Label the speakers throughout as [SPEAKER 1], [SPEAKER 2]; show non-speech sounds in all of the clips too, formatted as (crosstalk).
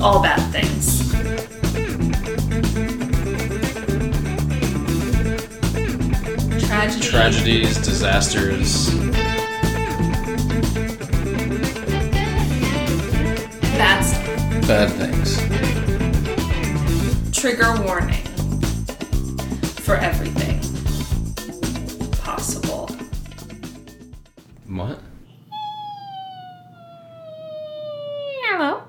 [SPEAKER 1] all bad things. Tragedy.
[SPEAKER 2] Tragedies, disasters,
[SPEAKER 1] That's
[SPEAKER 2] bad things.
[SPEAKER 1] trigger warning for everything possible.
[SPEAKER 2] What?
[SPEAKER 1] Hello.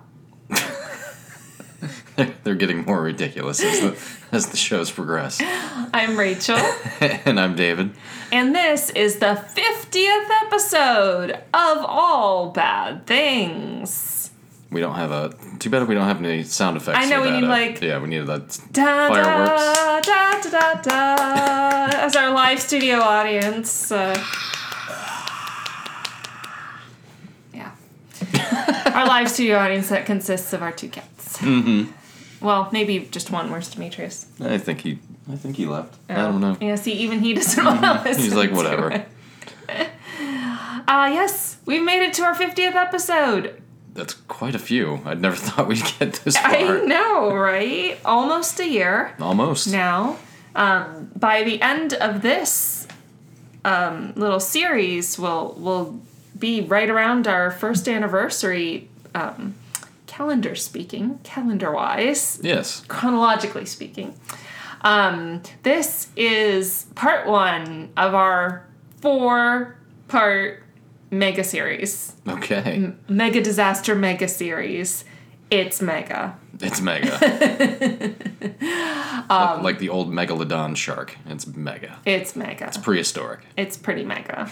[SPEAKER 3] (laughs) They're getting more ridiculous as the, as the shows progress. (laughs)
[SPEAKER 1] I'm (laughs) Rachel,
[SPEAKER 3] and I'm David.
[SPEAKER 1] and this is the 50th episode of All Bad Things.
[SPEAKER 3] We don't have a. Too bad we don't have any sound effects.
[SPEAKER 1] I know,
[SPEAKER 3] for
[SPEAKER 1] we
[SPEAKER 3] that,
[SPEAKER 1] need,
[SPEAKER 3] uh,
[SPEAKER 1] like-
[SPEAKER 3] Yeah, we need that.
[SPEAKER 1] Da, da,
[SPEAKER 3] Fireworks.
[SPEAKER 1] da, da, da, da, as our live studio audience. Uh, yeah. our live studio audience that consists of our two cats. Mm-hmm. Well, maybe just one. Where's Demetrius?
[SPEAKER 3] I think he. I think he left. I
[SPEAKER 1] (laughs)
[SPEAKER 3] don't know. Mm-hmm.
[SPEAKER 1] Yeah, see, even he doesn't want to listen.
[SPEAKER 3] He's like
[SPEAKER 1] to it.
[SPEAKER 3] whatever.
[SPEAKER 1] Ah, yes, we've made it to our 50th episode.
[SPEAKER 3] That's quite a few. I'd never (laughs) thought we'd get this far.
[SPEAKER 1] I know, right? Almost a year.
[SPEAKER 3] Almost.
[SPEAKER 1] now. Um, by the end of this um, little series, we'll we'll be right around our first anniversary, um, calendar speaking, calendar wise,
[SPEAKER 3] Yes.
[SPEAKER 1] chronologically speaking. Um, this is part one of our four part mega series,
[SPEAKER 3] Okay.
[SPEAKER 1] mega disaster mega series. It's mega. (laughs)
[SPEAKER 3] It's mega.
[SPEAKER 1] Um,
[SPEAKER 3] Like- like the old megalodon shark. It's mega.
[SPEAKER 1] It's mega.
[SPEAKER 3] Prehistoric. (laughs)
[SPEAKER 1] It's pretty mega.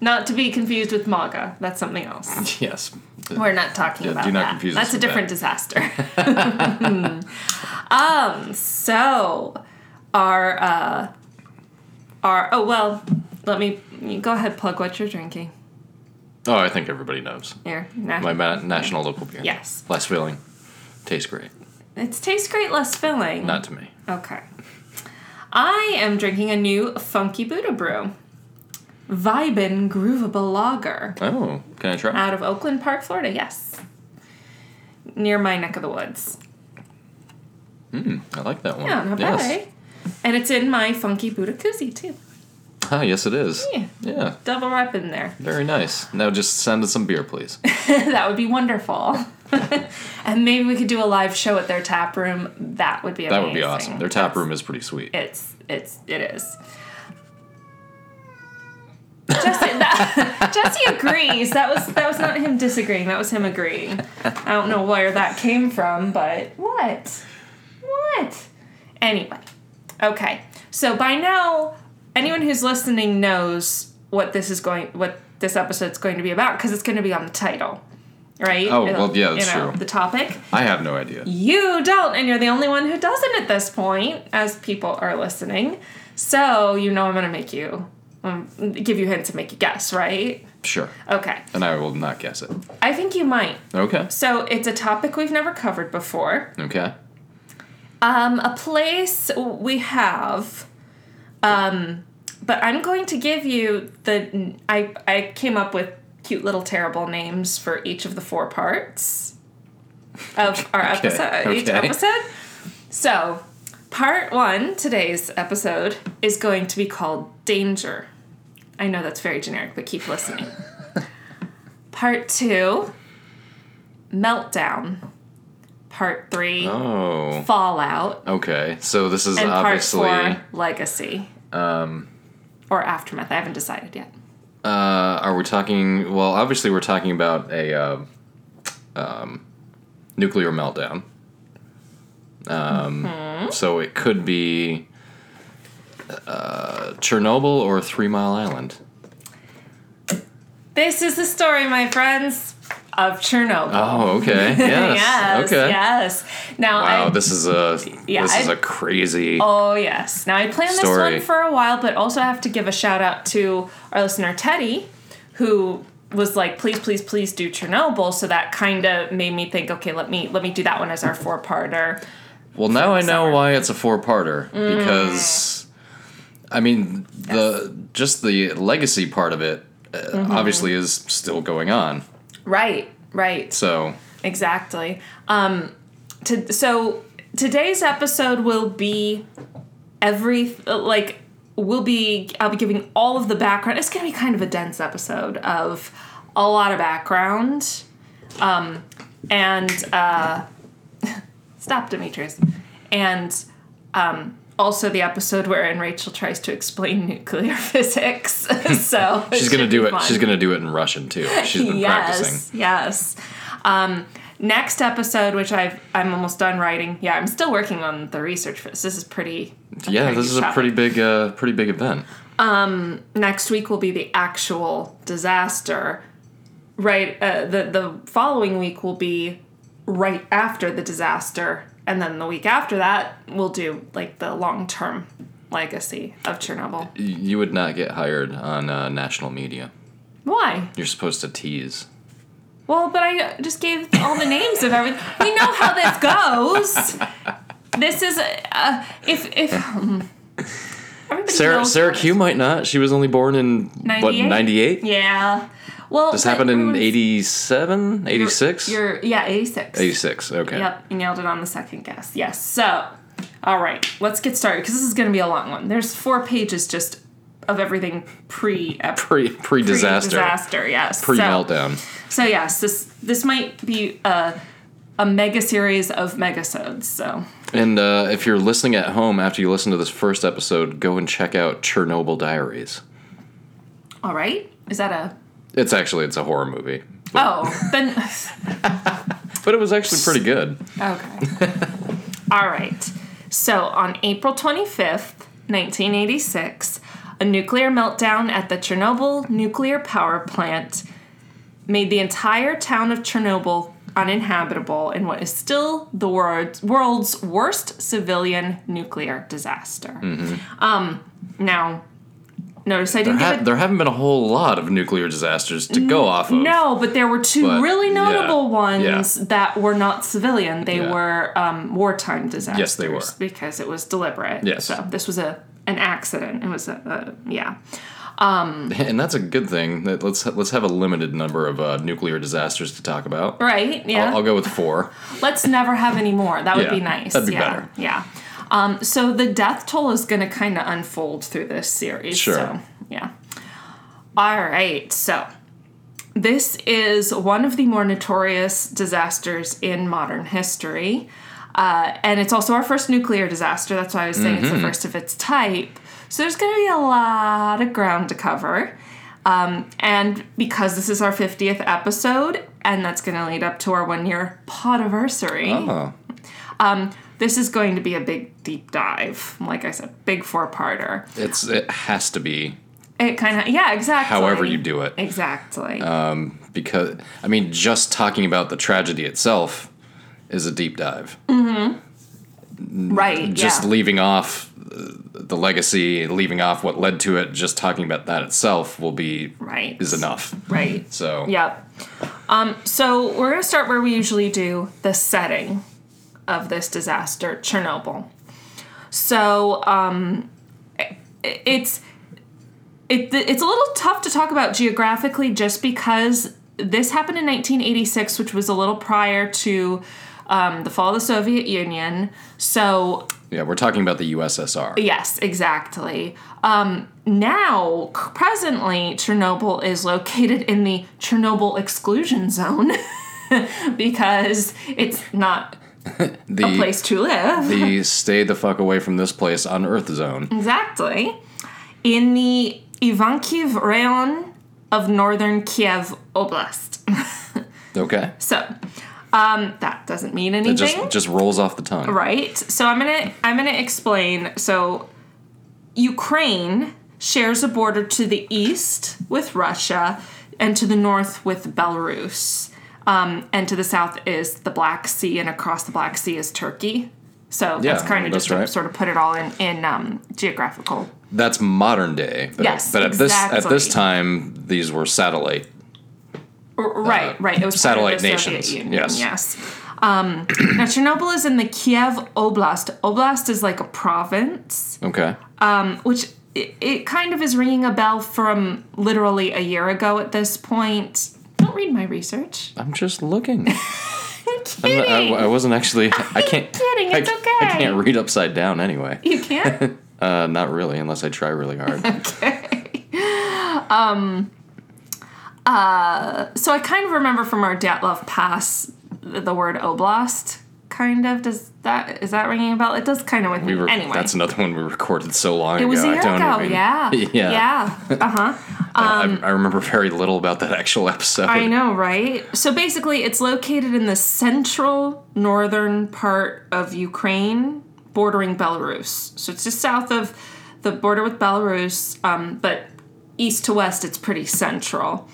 [SPEAKER 1] Not to be confused with MAGA. That's something else.
[SPEAKER 3] Yes.
[SPEAKER 1] We're not talking
[SPEAKER 3] Yeah,
[SPEAKER 1] about
[SPEAKER 3] do not
[SPEAKER 1] that.
[SPEAKER 3] confuse
[SPEAKER 1] That's
[SPEAKER 3] us
[SPEAKER 1] a
[SPEAKER 3] with that.
[SPEAKER 1] different disaster. (laughs) um. So, our uh, our oh well. Let me you go ahead. Plug what you're drinking.
[SPEAKER 3] Oh, I think everybody knows.
[SPEAKER 1] Here, nah.
[SPEAKER 3] My ma- national local beer.
[SPEAKER 1] Yes.
[SPEAKER 3] Less filling. Tastes great.
[SPEAKER 1] It tastes great, less filling.
[SPEAKER 3] Not to me.
[SPEAKER 1] Okay. I am drinking a new funky Buddha brew, Vibin Groovable Lager.
[SPEAKER 3] Oh, can I try?
[SPEAKER 1] out of Oakland Park, Florida. Yes, near my neck of the woods.
[SPEAKER 3] I like that one.
[SPEAKER 1] Yeah, not bad.
[SPEAKER 3] yes.
[SPEAKER 1] eh? And it's in my funky Buddha koozie too.
[SPEAKER 3] Ah, yes, it is.
[SPEAKER 1] Yeah.
[SPEAKER 3] Yeah,
[SPEAKER 1] Double wrap in there. (laughs)
[SPEAKER 3] Very nice. Now just send us some beer, (laughs) please.
[SPEAKER 1] that would be wonderful. (laughs) and maybe we could do a live show at their tap room. That would be
[SPEAKER 3] That
[SPEAKER 1] amazing.
[SPEAKER 3] would be awesome. Their tap room is pretty sweet.
[SPEAKER 1] It's it's it is. Jesse, that, (laughs) Jesse agrees. That was that was not him disagreeing. That was him agreeing. I don't know where that came from, but what? What? Anyway, okay. So by now, anyone who's listening knows what this is going, what this episode's going to be about, because it's going to be on the title, right?
[SPEAKER 3] Oh, well, yeah,
[SPEAKER 1] You
[SPEAKER 3] that's
[SPEAKER 1] know,
[SPEAKER 3] true.
[SPEAKER 1] The topic
[SPEAKER 3] I have no idea.
[SPEAKER 1] you don't, and you're the only one who doesn't at this point, as people are listening. So you know I'm gonna make you um, give you hints and make you guess, right?
[SPEAKER 3] Sure.
[SPEAKER 1] Okay,
[SPEAKER 3] And I will not guess it.
[SPEAKER 1] I think you might.
[SPEAKER 3] Okay.
[SPEAKER 1] So it's a topic we've never covered before.
[SPEAKER 3] Okay.
[SPEAKER 1] Um, a place we have. Um, but I'm going to give you the I I came up with cute little terrible names for each of the four parts
[SPEAKER 3] (laughs)
[SPEAKER 1] of our
[SPEAKER 3] Okay,
[SPEAKER 1] episode. Each
[SPEAKER 3] okay.
[SPEAKER 1] episode. So, part one today's episode is going to be called Danger. I know that's very generic, but keep
[SPEAKER 3] (laughs)
[SPEAKER 1] listening. part two, Meltdown. Part three,
[SPEAKER 3] Oh.
[SPEAKER 1] Fallout
[SPEAKER 3] Okay. So this is
[SPEAKER 1] and
[SPEAKER 3] obviously
[SPEAKER 1] part four legacy um or aftermath i haven't decided yet
[SPEAKER 3] uh are we talking well, obviously we're talking about a uh, um nuclear meltdown. Um
[SPEAKER 1] Mm-hmm.
[SPEAKER 3] so it could be uh, Chernobyl or Three Mile Island.
[SPEAKER 1] this is the story my friends of (laughs) chernobyl
[SPEAKER 3] Oh, okay. Yes.
[SPEAKER 1] yes
[SPEAKER 3] okay.
[SPEAKER 1] yes now
[SPEAKER 3] Wow,
[SPEAKER 1] I,
[SPEAKER 3] this is a
[SPEAKER 1] Yeah,
[SPEAKER 3] this is
[SPEAKER 1] I-
[SPEAKER 3] a crazy.
[SPEAKER 1] oh yes now i planned this
[SPEAKER 3] Story.
[SPEAKER 1] one for a while but also have to give a shout out to our listener teddy who was like please please please do chernobyl so that kind of made me think okay let me let me do that one as our four-parter
[SPEAKER 3] well, now I know why it's a four-parter
[SPEAKER 1] Mm.
[SPEAKER 3] because I mean the just the legacy
[SPEAKER 1] Mm-hmm.
[SPEAKER 3] part of it uh, obviously is still going on.
[SPEAKER 1] right right
[SPEAKER 3] So
[SPEAKER 1] Exactly. Um, to, so today's episode will be every like will be I'll be giving all of the background. It's gonna be kind of a dense episode of a lot of background. Um, and uh, (laughs) stop, Demetrius. And um, also the episode wherein Rachel tries to explain nuclear (laughs) physics. so
[SPEAKER 3] She's gonna do it. She's gonna do it in
[SPEAKER 1] (laughs)
[SPEAKER 3] Russian too. She's been
[SPEAKER 1] yes,
[SPEAKER 3] practicing.
[SPEAKER 1] Yes. Um, next episode, which I've I'm almost done writing. Yeah, I'm still working on the research for this. This is pretty. a
[SPEAKER 3] Yeah,
[SPEAKER 1] pretty
[SPEAKER 3] this is a
[SPEAKER 1] topic.
[SPEAKER 3] pretty big, uh, pretty big event.
[SPEAKER 1] Next week will be the actual disaster. Right. Uh, the the following week will be right after the disaster, and then the week after that we'll do like the long term legacy of Chernobyl.
[SPEAKER 3] Y- You would not get hired on uh, national media.
[SPEAKER 1] Why?
[SPEAKER 3] You're supposed to tease.
[SPEAKER 1] Well, but I just gave all the names of everything. We know how this goes. This is uh, if if um, everybody
[SPEAKER 3] Sarah,
[SPEAKER 1] knows
[SPEAKER 3] Sarah
[SPEAKER 1] how
[SPEAKER 3] Q
[SPEAKER 1] this-
[SPEAKER 3] might not. She was only born in what
[SPEAKER 1] 98?
[SPEAKER 3] 98.
[SPEAKER 1] Yeah. Well,
[SPEAKER 3] This
[SPEAKER 1] but
[SPEAKER 3] happened in
[SPEAKER 1] everyone's-
[SPEAKER 3] 87, 86.
[SPEAKER 1] You're yeah, eighty six.
[SPEAKER 3] 86. Okay.
[SPEAKER 1] Yep, you nailed it on the second guess. Yes. So, all right, let's get started because this is going to be a long one. There's four pages just of everything pre
[SPEAKER 3] Pre pre disaster.
[SPEAKER 1] disaster. Yes.
[SPEAKER 3] Pre
[SPEAKER 1] So-
[SPEAKER 3] meltdown.
[SPEAKER 1] So yes, this this might be a a mega series of megasodes. So
[SPEAKER 3] And uh, if you're listening at home after you listen to this first episode, go and check out Chernobyl Diaries.
[SPEAKER 1] all right, is that a
[SPEAKER 3] It's actually it's a horror movie,
[SPEAKER 1] oh then
[SPEAKER 3] but it was actually pretty good.
[SPEAKER 1] okay all right. So on April twenty fifth, nineteen eighty six, a nuclear meltdown at the Chernobyl nuclear power plant made the entire town of Chernobyl uninhabitable in what is still the world's, world's worst civilian nuclear disaster. Um, now, notice I
[SPEAKER 3] Mm-hmm. There,
[SPEAKER 1] didn't
[SPEAKER 3] ha-
[SPEAKER 1] give it
[SPEAKER 3] there haven't been a whole lot of nuclear disasters to go off of.
[SPEAKER 1] No, but there were two
[SPEAKER 3] But,
[SPEAKER 1] really
[SPEAKER 3] yeah,
[SPEAKER 1] notable
[SPEAKER 3] yeah.
[SPEAKER 1] ones that were not civilian. They
[SPEAKER 3] Yeah.
[SPEAKER 1] were um, wartime disasters.
[SPEAKER 3] Yes, they were.
[SPEAKER 1] because it was deliberate.
[SPEAKER 3] Yes.
[SPEAKER 1] So this was a an accident. It was a, a yeah.
[SPEAKER 3] (laughs) and that's a good thing. That let's let's have a limited number of uh, nuclear disasters to talk about.
[SPEAKER 1] Right. Yeah.
[SPEAKER 3] I'll, I'll go with four.
[SPEAKER 1] Let's never have any more. That would
[SPEAKER 3] Yeah,
[SPEAKER 1] be nice.
[SPEAKER 3] that'd be
[SPEAKER 1] yeah.
[SPEAKER 3] better.
[SPEAKER 1] Yeah. Um, so the death toll is going to kind of unfold through this series.
[SPEAKER 3] Sure.
[SPEAKER 1] So, yeah. All right. So this is one of the more notorious disasters in modern history. Uh, and it's also our first nuclear disaster. That's why I was saying it's the
[SPEAKER 3] Mm-hmm.
[SPEAKER 1] first of its type. So there's going to be a lot of ground to cover. Um, and because this is our 50th episode, and that's going to lead up to our one year podiversary,
[SPEAKER 3] Oh,
[SPEAKER 1] this is going to be a big deep dive. Like I said, big four parter.
[SPEAKER 3] it's it has to be
[SPEAKER 1] It kind of, yeah, exactly.
[SPEAKER 3] however you Um, do it
[SPEAKER 1] Exactly.
[SPEAKER 3] because I mean just talking about the tragedy itself is a deep dive.
[SPEAKER 1] right.
[SPEAKER 3] just
[SPEAKER 1] yeah.
[SPEAKER 3] leaving off uh, the legacy, leaving off what led to it, just talking about that itself will be
[SPEAKER 1] Right.
[SPEAKER 3] is enough.
[SPEAKER 1] Right.
[SPEAKER 3] So
[SPEAKER 1] Yep. Um, so we're going to start where we usually do the setting of this disaster, Chernobyl. So um, i- it's it, it's a little tough to talk about geographically just because this happened in 1986, which was a little prior to um, the fall of the Soviet Union. So
[SPEAKER 3] yeah, we're talking about the USSR.
[SPEAKER 1] Yes, exactly. Um, now, c- presently, Chernobyl is located in the Chernobyl exclusion zone (laughs) because it's not
[SPEAKER 3] the
[SPEAKER 1] a place to live.
[SPEAKER 3] the stay the fuck away from this place on Earth zone.
[SPEAKER 1] exactly. In the Ivankiv rayon of northern Kiev Oblast.
[SPEAKER 3] Okay,
[SPEAKER 1] So, um, that doesn't mean anything.
[SPEAKER 3] it just just rolls off the tongue.
[SPEAKER 1] Right. So I'm gonna I'm gonna explain. So Ukraine shares a border to the east with Russia and to the north with Belarus. Um, and to the south is the Black Sea, and across the Black Sea is Turkey. So that's
[SPEAKER 3] Yeah,
[SPEAKER 1] kind of
[SPEAKER 3] that's
[SPEAKER 1] just to
[SPEAKER 3] right.
[SPEAKER 1] sort of put it all in in um, geographical.
[SPEAKER 3] That's modern day. But,
[SPEAKER 1] Yes,
[SPEAKER 3] but at this at
[SPEAKER 1] exactly.
[SPEAKER 3] this time, these were satellite.
[SPEAKER 1] R- Right, right. It was part of
[SPEAKER 3] Uh, satellite
[SPEAKER 1] the
[SPEAKER 3] nations,
[SPEAKER 1] Soviet Union.
[SPEAKER 3] yes.
[SPEAKER 1] Yes. Um, (clears throat) now Chernobyl is in the Kiev Oblast. Oblast is like a province.
[SPEAKER 3] Okay,
[SPEAKER 1] which it, it kind of is ringing a bell from literally a year ago at this point. Don't read my research. (laughs)
[SPEAKER 3] I'm just looking.
[SPEAKER 1] kidding.
[SPEAKER 3] I'm not- I, I wasn't actually. I can't.
[SPEAKER 1] kidding,
[SPEAKER 3] I
[SPEAKER 1] it's
[SPEAKER 3] c- I
[SPEAKER 1] okay.
[SPEAKER 3] can't read upside down anyway.
[SPEAKER 1] (laughs) you
[SPEAKER 3] (laughs)
[SPEAKER 1] can't.
[SPEAKER 3] Uh, not really, unless I try
[SPEAKER 1] (laughs)
[SPEAKER 3] really hard.
[SPEAKER 1] so I kind of remember from our Dyatlov Pass the the word oblast. Kind of does that is that ringing a bell? It does kind of with
[SPEAKER 3] We
[SPEAKER 1] me.
[SPEAKER 3] were.
[SPEAKER 1] anyway,
[SPEAKER 3] That's another one we recorded so long
[SPEAKER 1] it
[SPEAKER 3] ago.
[SPEAKER 1] was a year
[SPEAKER 3] I don't
[SPEAKER 1] ago.
[SPEAKER 3] even.
[SPEAKER 1] Yeah.
[SPEAKER 3] (laughs) Yeah.
[SPEAKER 1] Yeah. Uh huh.
[SPEAKER 3] I, I remember very little about that actual (laughs) episode.
[SPEAKER 1] I know, right? So basically, it's located in the central northern part of Ukraine, bordering Belarus. So it's just south of the border with Belarus, um, but east to west, it's pretty central.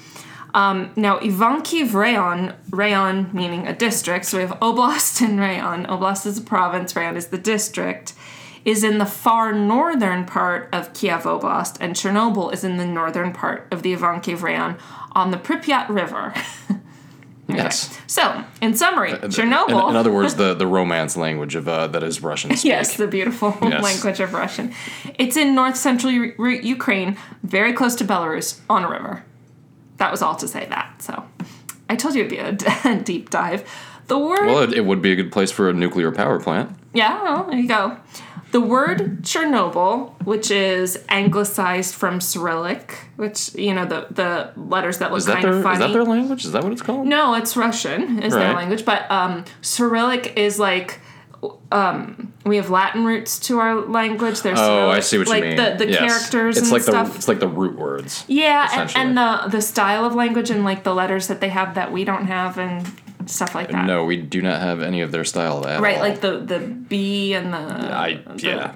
[SPEAKER 1] Um, now, Ivankiv rayon, rayon meaning a district, so we have oblast and rayon. Oblast is a province, rayon is the district, is in the far northern part of Kiev Oblast, and Chernobyl is in the northern part of the Ivankiv rayon on the Pripyat River. (laughs)
[SPEAKER 3] Yes.
[SPEAKER 1] So, in
[SPEAKER 3] Uh,
[SPEAKER 1] summary, Chernobyl.
[SPEAKER 3] In, in other words, the, the romance language of uh, that is Russian
[SPEAKER 1] (laughs)
[SPEAKER 3] speak.
[SPEAKER 1] Yes, the beautiful (laughs)
[SPEAKER 3] Yes.
[SPEAKER 1] language of Russian. It's in north central U- Ru- Ukraine, very close to Belarus, on a river. That was all to say that. So, I told you it'd be a (laughs) d- deep dive. The word,
[SPEAKER 3] Well, it, it would be a good place for a nuclear power plant.
[SPEAKER 1] yeah, well, there you go. The word Chernobyl, which is anglicized from Cyrillic, which you know the the letters that look
[SPEAKER 3] Is that
[SPEAKER 1] kind
[SPEAKER 3] their
[SPEAKER 1] of funny.
[SPEAKER 3] is that their language? Is that what it's called?
[SPEAKER 1] No, it's Russian is their
[SPEAKER 3] Right.
[SPEAKER 1] language, but um, Cyrillic is like um, we have Latin roots to our language. There's
[SPEAKER 3] Oh, I see what
[SPEAKER 1] like
[SPEAKER 3] you mean.
[SPEAKER 1] The, the
[SPEAKER 3] Yes.
[SPEAKER 1] characters
[SPEAKER 3] It's
[SPEAKER 1] and
[SPEAKER 3] like
[SPEAKER 1] stuff.
[SPEAKER 3] the it's like the root words.
[SPEAKER 1] yeah, and,
[SPEAKER 3] essentially.
[SPEAKER 1] and the the style of language and like the letters that they have that we don't have and stuff like that.
[SPEAKER 3] No, we do not have any of their style at
[SPEAKER 1] right,
[SPEAKER 3] all.
[SPEAKER 1] like the the B and the
[SPEAKER 3] I yeah.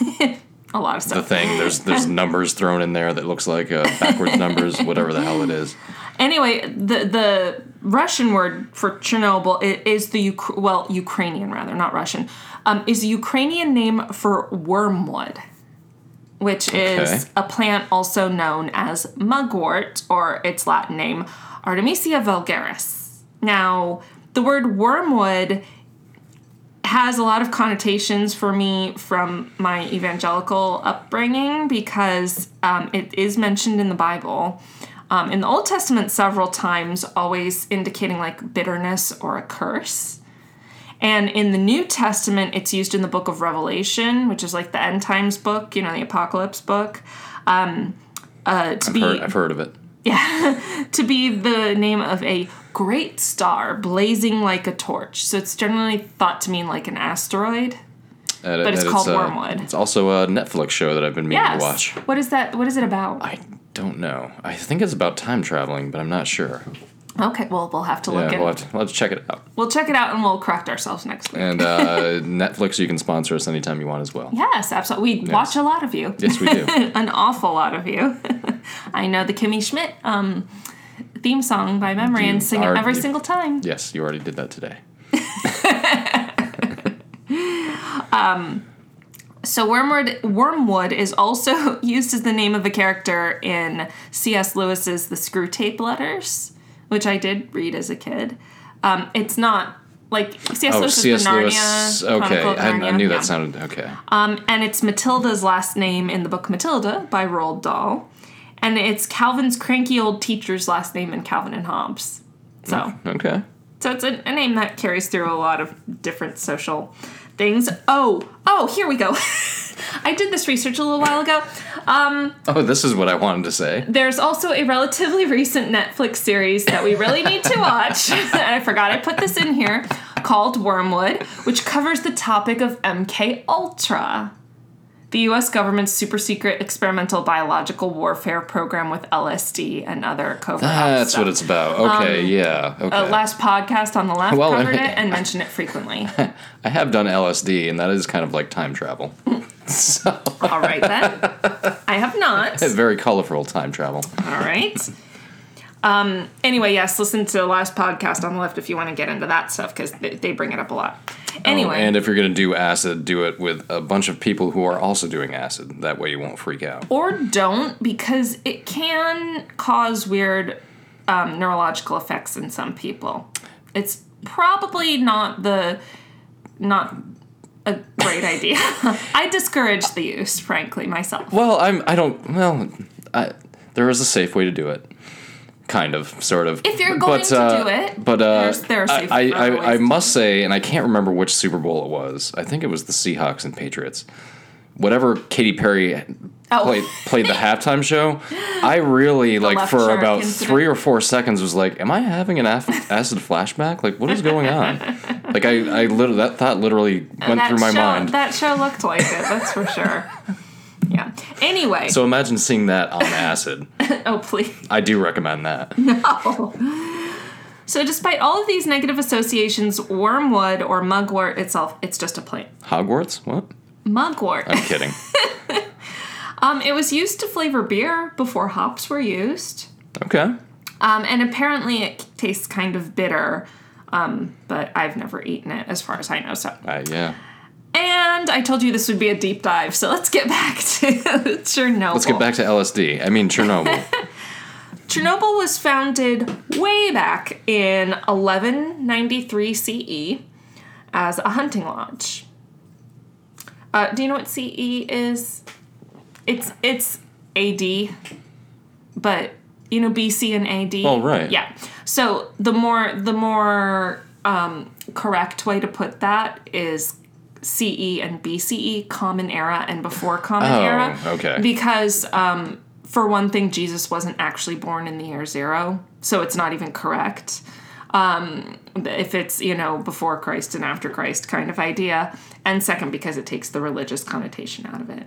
[SPEAKER 1] a lot of
[SPEAKER 3] The
[SPEAKER 1] stuff.
[SPEAKER 3] thing
[SPEAKER 1] (laughs)
[SPEAKER 3] there's there's numbers thrown in there that looks like uh, backwards numbers, whatever the hell it is.
[SPEAKER 1] Anyway, the the Russian word for Chernobyl i- is the Uk- well Ukrainian rather, not Russian, um, is the Ukrainian name for wormwood, which is
[SPEAKER 3] Okay.
[SPEAKER 1] a plant also known as mugwort or its Latin name Artemisia vulgaris. Now, the word wormwood has a lot of connotations for me from my evangelical upbringing because um, it is mentioned in the Bible. Um, in the Old Testament, several times, always indicating like bitterness or a curse. And in the New Testament, it's used in the book of Revelation, which is like the end times book, you know, the apocalypse book. Um, uh, to be
[SPEAKER 3] Heard, I've heard of it.
[SPEAKER 1] to be the name of a great star blazing like a torch. So it's generally thought to mean like an asteroid.
[SPEAKER 3] And,
[SPEAKER 1] But it's
[SPEAKER 3] and
[SPEAKER 1] called
[SPEAKER 3] uh,
[SPEAKER 1] Wormwood.
[SPEAKER 3] It's also a Netflix show that I've been meaning
[SPEAKER 1] Yes.
[SPEAKER 3] to watch.
[SPEAKER 1] What is that? What is it about?
[SPEAKER 3] I don't know. I think it's about time traveling, but I'm not sure.
[SPEAKER 1] okay, well we'll have to look
[SPEAKER 3] yeah,
[SPEAKER 1] at
[SPEAKER 3] we'll
[SPEAKER 1] it.
[SPEAKER 3] have, to, we'll have to check it out.
[SPEAKER 1] We'll check it out and we'll correct ourselves next week. (laughs)
[SPEAKER 3] And uh, Netflix, you can sponsor us anytime you want as well.
[SPEAKER 1] yes, absolutely. We watch a lot of you.
[SPEAKER 3] Yes,
[SPEAKER 1] (laughs)
[SPEAKER 3] we do.
[SPEAKER 1] An awful lot of you. (laughs) I know the Kimmy Schmidt um, theme song by memory
[SPEAKER 3] You
[SPEAKER 1] and sing
[SPEAKER 3] are-
[SPEAKER 1] it every
[SPEAKER 3] you-
[SPEAKER 1] single time.
[SPEAKER 3] Yes, you already did that today.
[SPEAKER 1] So wormwood wormwood is also (laughs) used as the name of a character in C.S. Lewis's The Screw Tape Letters, which I did read as a kid. Um, it's not like C.S.
[SPEAKER 3] Oh,
[SPEAKER 1] Lewis is
[SPEAKER 3] C.S.
[SPEAKER 1] the Narnia.
[SPEAKER 3] Lewis. Okay,
[SPEAKER 1] Chronicle of
[SPEAKER 3] I, I
[SPEAKER 1] Narnia,
[SPEAKER 3] knew that
[SPEAKER 1] yeah.
[SPEAKER 3] sounded okay.
[SPEAKER 1] Um, and it's Matilda's last name in the book Matilda by Roald Dahl, and it's Calvin's cranky old teacher's last name in Calvin and Hobbes. So.
[SPEAKER 3] Okay.
[SPEAKER 1] So it's a, a name that carries through a lot of different social things. Oh, oh, here we go. (laughs) I did this research a little while ago. Um,
[SPEAKER 3] Oh, this is what I wanted to say.
[SPEAKER 1] there's also a relatively recent Netflix series that we really need to watch, (laughs) and I forgot I put this in here, called Wormwood, which covers the topic of MK Ultra. The US government's super secret experimental biological warfare program with LSD and other covert
[SPEAKER 3] That's
[SPEAKER 1] stuff.
[SPEAKER 3] what it's about. Okay, yeah. Okay.
[SPEAKER 1] Oh, Uh, last podcast on the left
[SPEAKER 3] Well, I
[SPEAKER 1] covered
[SPEAKER 3] mean-
[SPEAKER 1] it and mentioned it frequently.
[SPEAKER 3] I have done LSD, and that is kind of like time travel. so,
[SPEAKER 1] All right then. I have not. All
[SPEAKER 3] very colorful time travel.
[SPEAKER 1] right. Um, anyway, yes, listen to the last podcast on the left if you want to get into that stuff because they, they bring it up a lot. Anyway,
[SPEAKER 3] Oh, And if you're going to do acid, do it with a bunch of people who are also doing acid. That way you won't freak out.
[SPEAKER 1] or don't because it can cause weird um, neurological effects in some people. It's probably not the not a great idea. (laughs) I discourage the use, frankly, myself.
[SPEAKER 3] Well, I'm. I don't. Well, I, there is a safe way to do it. kind of, sort of.
[SPEAKER 1] If you're going
[SPEAKER 3] but,
[SPEAKER 1] to
[SPEAKER 3] uh,
[SPEAKER 1] do it,
[SPEAKER 3] but uh,
[SPEAKER 1] there's- there are safe
[SPEAKER 3] I, I,
[SPEAKER 1] other ways
[SPEAKER 3] I, I
[SPEAKER 1] to
[SPEAKER 3] must say, and I can't remember which Super Bowl it was. I think it was the Seahawks and Patriots. Whatever Katy Perry
[SPEAKER 1] Oh. (laughs)
[SPEAKER 3] played played the halftime show, I really like
[SPEAKER 1] left
[SPEAKER 3] for
[SPEAKER 1] shark
[SPEAKER 3] about
[SPEAKER 1] incident.
[SPEAKER 3] three or four seconds was like, "Am I having an af- acid flashback? Like, what is
[SPEAKER 1] (laughs)
[SPEAKER 3] going on?" like, I I literally that thought literally went
[SPEAKER 1] that
[SPEAKER 3] through my
[SPEAKER 1] show,
[SPEAKER 3] mind.
[SPEAKER 1] That show looked like it, that's for sure. (laughs) Yeah. Anyway,
[SPEAKER 3] so imagine seeing that on acid.
[SPEAKER 1] (laughs) oh please.
[SPEAKER 3] I do recommend that.
[SPEAKER 1] So despite all of these negative associations, wormwood or mugwort itself, it's just a plant.
[SPEAKER 3] Hogwarts? What?
[SPEAKER 1] Mugwort.
[SPEAKER 3] (laughs)
[SPEAKER 1] (laughs)
[SPEAKER 3] I'm kidding.
[SPEAKER 1] Um, it was used to flavor beer before hops were used.
[SPEAKER 3] Okay.
[SPEAKER 1] Um, and apparently it tastes kind of bitter. Um, but I've never eaten it as far as I know, so
[SPEAKER 3] Uh, yeah.
[SPEAKER 1] And I told you this would be a deep dive, so let's get back (laughs) to Chernobyl.
[SPEAKER 3] Let's get back to LSD. I
[SPEAKER 1] (laughs)
[SPEAKER 3] mean Chernobyl.
[SPEAKER 1] Chernobyl was founded way back in 1193 CE E as a hunting lodge. Uh, do you know what CE is? It's it's AD, but you know BC and AD.
[SPEAKER 3] Oh, right.
[SPEAKER 1] Yeah. So the more the more um, correct way to put that is CE and BCE, Common Era and before Common
[SPEAKER 3] Oh,
[SPEAKER 1] Era.
[SPEAKER 3] okay.
[SPEAKER 1] Because um, for one thing, Jesus wasn't actually born in the year zero, so it's not even correct. Um, if it's you know before Christ and after Christ kind of idea, and second because it takes the religious connotation out of it.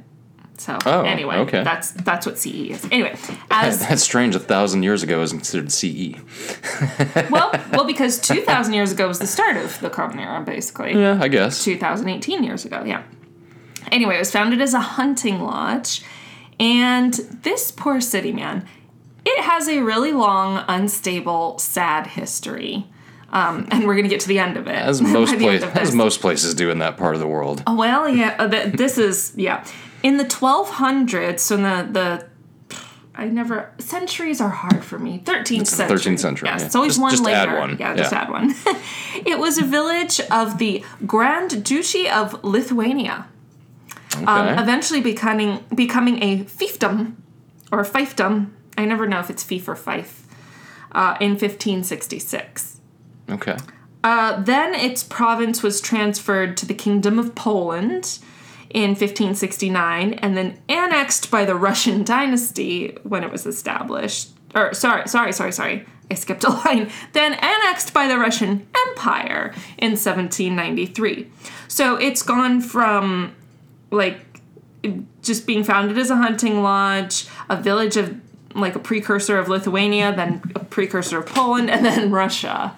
[SPEAKER 1] So
[SPEAKER 3] Oh,
[SPEAKER 1] anyway,
[SPEAKER 3] okay.
[SPEAKER 1] that's that's what CE is. Anyway,
[SPEAKER 3] (laughs)
[SPEAKER 1] as
[SPEAKER 3] That's strange. A thousand years ago is considered E. CE.
[SPEAKER 1] well, well, because two thousand years ago was the start of the Common Era, basically.
[SPEAKER 3] Yeah, I guess.
[SPEAKER 1] 2018 years ago, yeah. Anyway, it was founded as a hunting lodge, and this poor city man, it has a really long, unstable, sad history. Um, and we're gonna get to the end of it.
[SPEAKER 3] As
[SPEAKER 1] (laughs) by
[SPEAKER 3] most
[SPEAKER 1] the end
[SPEAKER 3] places,
[SPEAKER 1] of
[SPEAKER 3] as
[SPEAKER 1] this.
[SPEAKER 3] most places do in that part of the world.
[SPEAKER 1] Well, yeah, uh, th- this is yeah. In the 1200s, so in the the I never centuries are hard for me. 13th century.
[SPEAKER 3] 13th century,
[SPEAKER 1] Yes,
[SPEAKER 3] yeah.
[SPEAKER 1] it's always
[SPEAKER 3] Just-
[SPEAKER 1] one
[SPEAKER 3] just
[SPEAKER 1] later.
[SPEAKER 3] add one,
[SPEAKER 1] Yeah, just
[SPEAKER 3] yeah.
[SPEAKER 1] add one. (laughs) it was a village of the Grand Duchy of Lithuania,
[SPEAKER 3] Okay.
[SPEAKER 1] um, eventually becoming becoming a fiefdom or fiefdom. I never know if it's fief or fife. Uh, in 1566.
[SPEAKER 3] okay.
[SPEAKER 1] Uh, then its province was transferred to the Kingdom of Poland in 1569 and then annexed by the Russian (laughs) dynasty when it was established. Or, sorry, sorry, sorry, sorry. I skipped a (laughs) line. Then annexed by the Russian Empire in 1793. So it's gone from like just being founded as a hunting lodge, a village of like a precursor of Lithuania, then a precursor of Poland, and then (laughs) Russia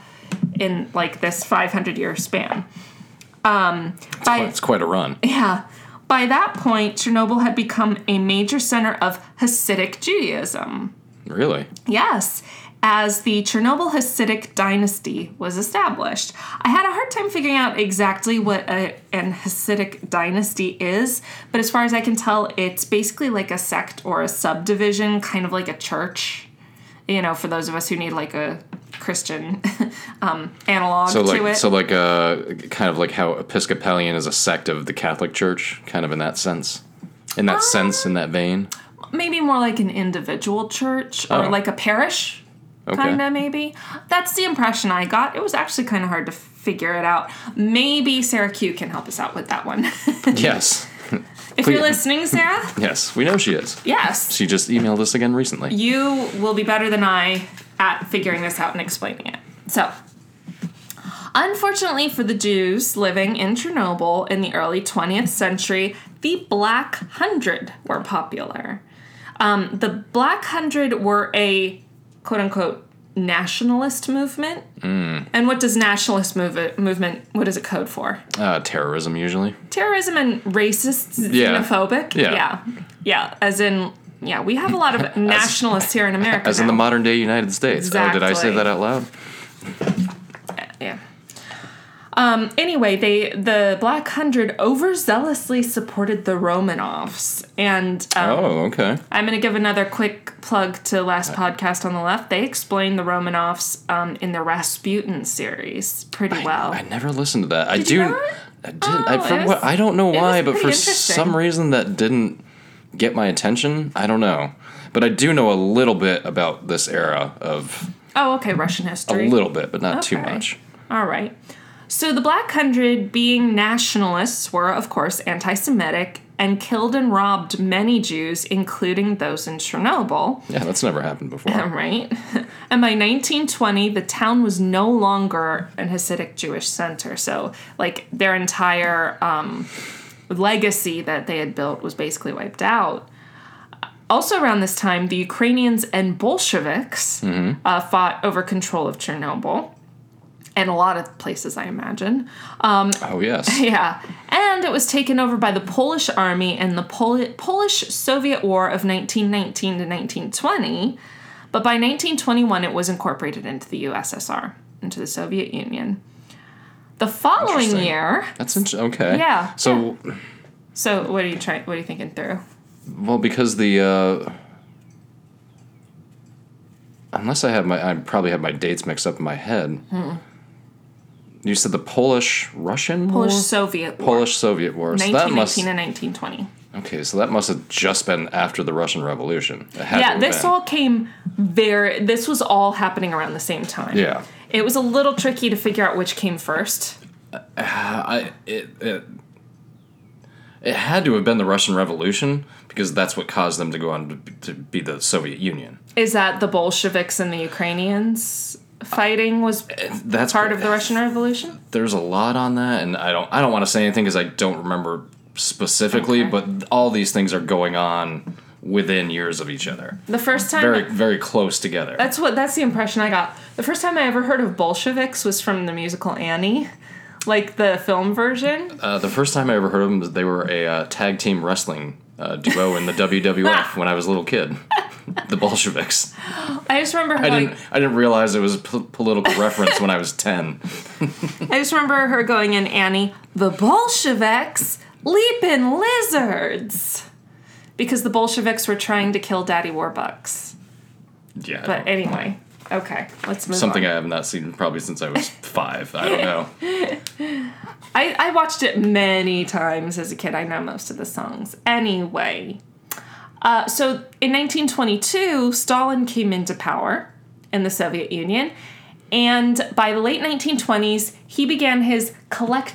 [SPEAKER 1] in like this 500 year span. Um, by,
[SPEAKER 3] Well, it's quite a
[SPEAKER 1] (laughs)
[SPEAKER 3] run.
[SPEAKER 1] yeah. By that point, Chernobyl had become a major center of Hasidic Judaism.
[SPEAKER 3] Really?
[SPEAKER 1] Yes, as the Chernobyl Hasidic dynasty was established. I had a hard time figuring out exactly what a, an Hasidic dynasty is, but as far as I can tell, it's basically like a sect or a subdivision, kind of like a church. You know, for those of us who need like a Christian (laughs) um, analog
[SPEAKER 3] So
[SPEAKER 1] to
[SPEAKER 3] like
[SPEAKER 1] it.
[SPEAKER 3] so like uh kind of like how Episcopalian is a sect of the Catholic Church, kind of in that sense. In
[SPEAKER 1] Um,
[SPEAKER 3] that sense, in that vein.
[SPEAKER 1] maybe more like an individual church or
[SPEAKER 3] Oh.
[SPEAKER 1] like a parish
[SPEAKER 3] Okay.
[SPEAKER 1] kind of maybe that's the impression i got it was actually kind of hard to figure it out maybe sarah q can help us out with that one (laughs)
[SPEAKER 3] Yes.
[SPEAKER 1] if you're
[SPEAKER 3] Please.
[SPEAKER 1] listening sarah
[SPEAKER 3] (laughs) Yes. We know she is.
[SPEAKER 1] yes
[SPEAKER 3] She just emailed us again recently.
[SPEAKER 1] you will be better than I at figuring this out and explaining it. So, unfortunately for the Jews living in Chernobyl in the early 20th century, the Black Hundred were popular. Um, the Black Hundred were a quote unquote nationalist movement.
[SPEAKER 3] Mm.
[SPEAKER 1] And what does nationalist move- movement, what is it code for?
[SPEAKER 3] Uh, terrorism usually.
[SPEAKER 1] terrorism and racist
[SPEAKER 3] Yeah.
[SPEAKER 1] xenophobic
[SPEAKER 3] Yeah.
[SPEAKER 1] yeah Yeah, as in yeah we have a lot
[SPEAKER 3] (laughs)
[SPEAKER 1] of nationalists here in america
[SPEAKER 3] As in the
[SPEAKER 1] now.
[SPEAKER 3] modern day United States. Oh, did I say
[SPEAKER 1] Exactly.
[SPEAKER 3] that out loud?
[SPEAKER 1] yeah um, anyway, they the Black Hundred overzealously supported the Romanovs, and um,
[SPEAKER 3] Oh, okay.
[SPEAKER 1] I'm going to give another quick plug to
[SPEAKER 3] Uh.
[SPEAKER 1] last podcast on the left. They explained the Romanovs um, in the Rasputin series pretty well.
[SPEAKER 3] I never listened to that. I
[SPEAKER 1] you
[SPEAKER 3] do.
[SPEAKER 1] not?
[SPEAKER 3] I didn't. I,
[SPEAKER 1] Oh,
[SPEAKER 3] for
[SPEAKER 1] it
[SPEAKER 3] what,
[SPEAKER 1] was-
[SPEAKER 3] I don't know
[SPEAKER 1] was
[SPEAKER 3] why, but
[SPEAKER 1] pretty
[SPEAKER 3] for
[SPEAKER 1] interesting.
[SPEAKER 3] some reason that didn't get my attention. I don't know, but I do know a little bit about this era of
[SPEAKER 1] Oh, okay, Russian
[SPEAKER 3] a
[SPEAKER 1] history.
[SPEAKER 3] little bit, but not too
[SPEAKER 1] Okay.
[SPEAKER 3] much.
[SPEAKER 1] All right. So the Black Hundred, being nationalists, were of course anti Semitic and killed and robbed many Jews, including those in Chernobyl,
[SPEAKER 3] Yeah, that's never
[SPEAKER 1] (laughs)
[SPEAKER 3] happened before.
[SPEAKER 1] right? and by 1920, the town was no longer an Hasidic Jewish center. So, like, their entire um, legacy that they had built was basically wiped out. Also, around this time, the Ukrainians and Bolsheviks uh, fought over control of Chernobyl and a lot of places, I imagine.
[SPEAKER 3] oh yes,
[SPEAKER 1] Yeah. And it was taken over by the Polish army in the Pol- Polish Soviet War of 1919 to 1920. But by 1921, it was incorporated into the USSR, into the Soviet Union. The following
[SPEAKER 3] Interesting. (laughs)
[SPEAKER 1] year,
[SPEAKER 3] that's int- okay.
[SPEAKER 1] Yeah,
[SPEAKER 3] So
[SPEAKER 1] so what are you trying? What are you thinking through?
[SPEAKER 3] Well, because the uh, unless I have my, I probably have my dates mixed up in my head. You said the Polish Russian
[SPEAKER 1] Polish
[SPEAKER 3] War,
[SPEAKER 1] Soviet War,
[SPEAKER 3] Polish Soviet War. So that
[SPEAKER 1] 1919
[SPEAKER 3] must
[SPEAKER 1] and 1920.
[SPEAKER 3] okay. So that must have just been after the Russian Revolution. It had
[SPEAKER 1] Yeah,
[SPEAKER 3] to have
[SPEAKER 1] this
[SPEAKER 3] been.
[SPEAKER 1] all came very. This was all happening around the same time.
[SPEAKER 3] Yeah,
[SPEAKER 1] It was a little tricky to figure out which came first.
[SPEAKER 3] I it, it it had to have been the Russian Revolution because that's what caused them to go on to, be- to be the Soviet Union.
[SPEAKER 1] Is that the Bolsheviks and the Ukrainians fighting was
[SPEAKER 3] That's
[SPEAKER 1] part of the Russian Revolution?
[SPEAKER 3] there's a lot on that and I don't I don't want to say anything cuz I don't remember specifically
[SPEAKER 1] Okay.
[SPEAKER 3] but all these things are going on within years of each other.
[SPEAKER 1] The first time
[SPEAKER 3] Very very close together.
[SPEAKER 1] that's what that's the impression I got. The first time I ever heard of Bolsheviks was from the musical Annie, like the film version.
[SPEAKER 3] Uh, the first time I ever heard of them was they were a uh, tag team wrestling uh, duo in the (laughs) WWF when I was a little kid. the Bolsheviks.
[SPEAKER 1] I just remember her
[SPEAKER 3] I
[SPEAKER 1] going,
[SPEAKER 3] didn't I didn't realize it was a p- political reference when I was 10.
[SPEAKER 1] I just remember her going in Annie, the Bolsheviks leaping lizards. Because the Bolsheviks were trying to kill Daddy Warbucks.
[SPEAKER 3] Yeah. I
[SPEAKER 1] But
[SPEAKER 3] don't-
[SPEAKER 1] anyway, okay, let's move
[SPEAKER 3] something
[SPEAKER 1] on.
[SPEAKER 3] I have not seen probably since I was 5. I don't (laughs) know.
[SPEAKER 1] I, I watched it many times as a kid. I know most of the songs. Anyway, uh, so in 1922, Stalin came into power in the Soviet Union. And by the late 1920s, he began his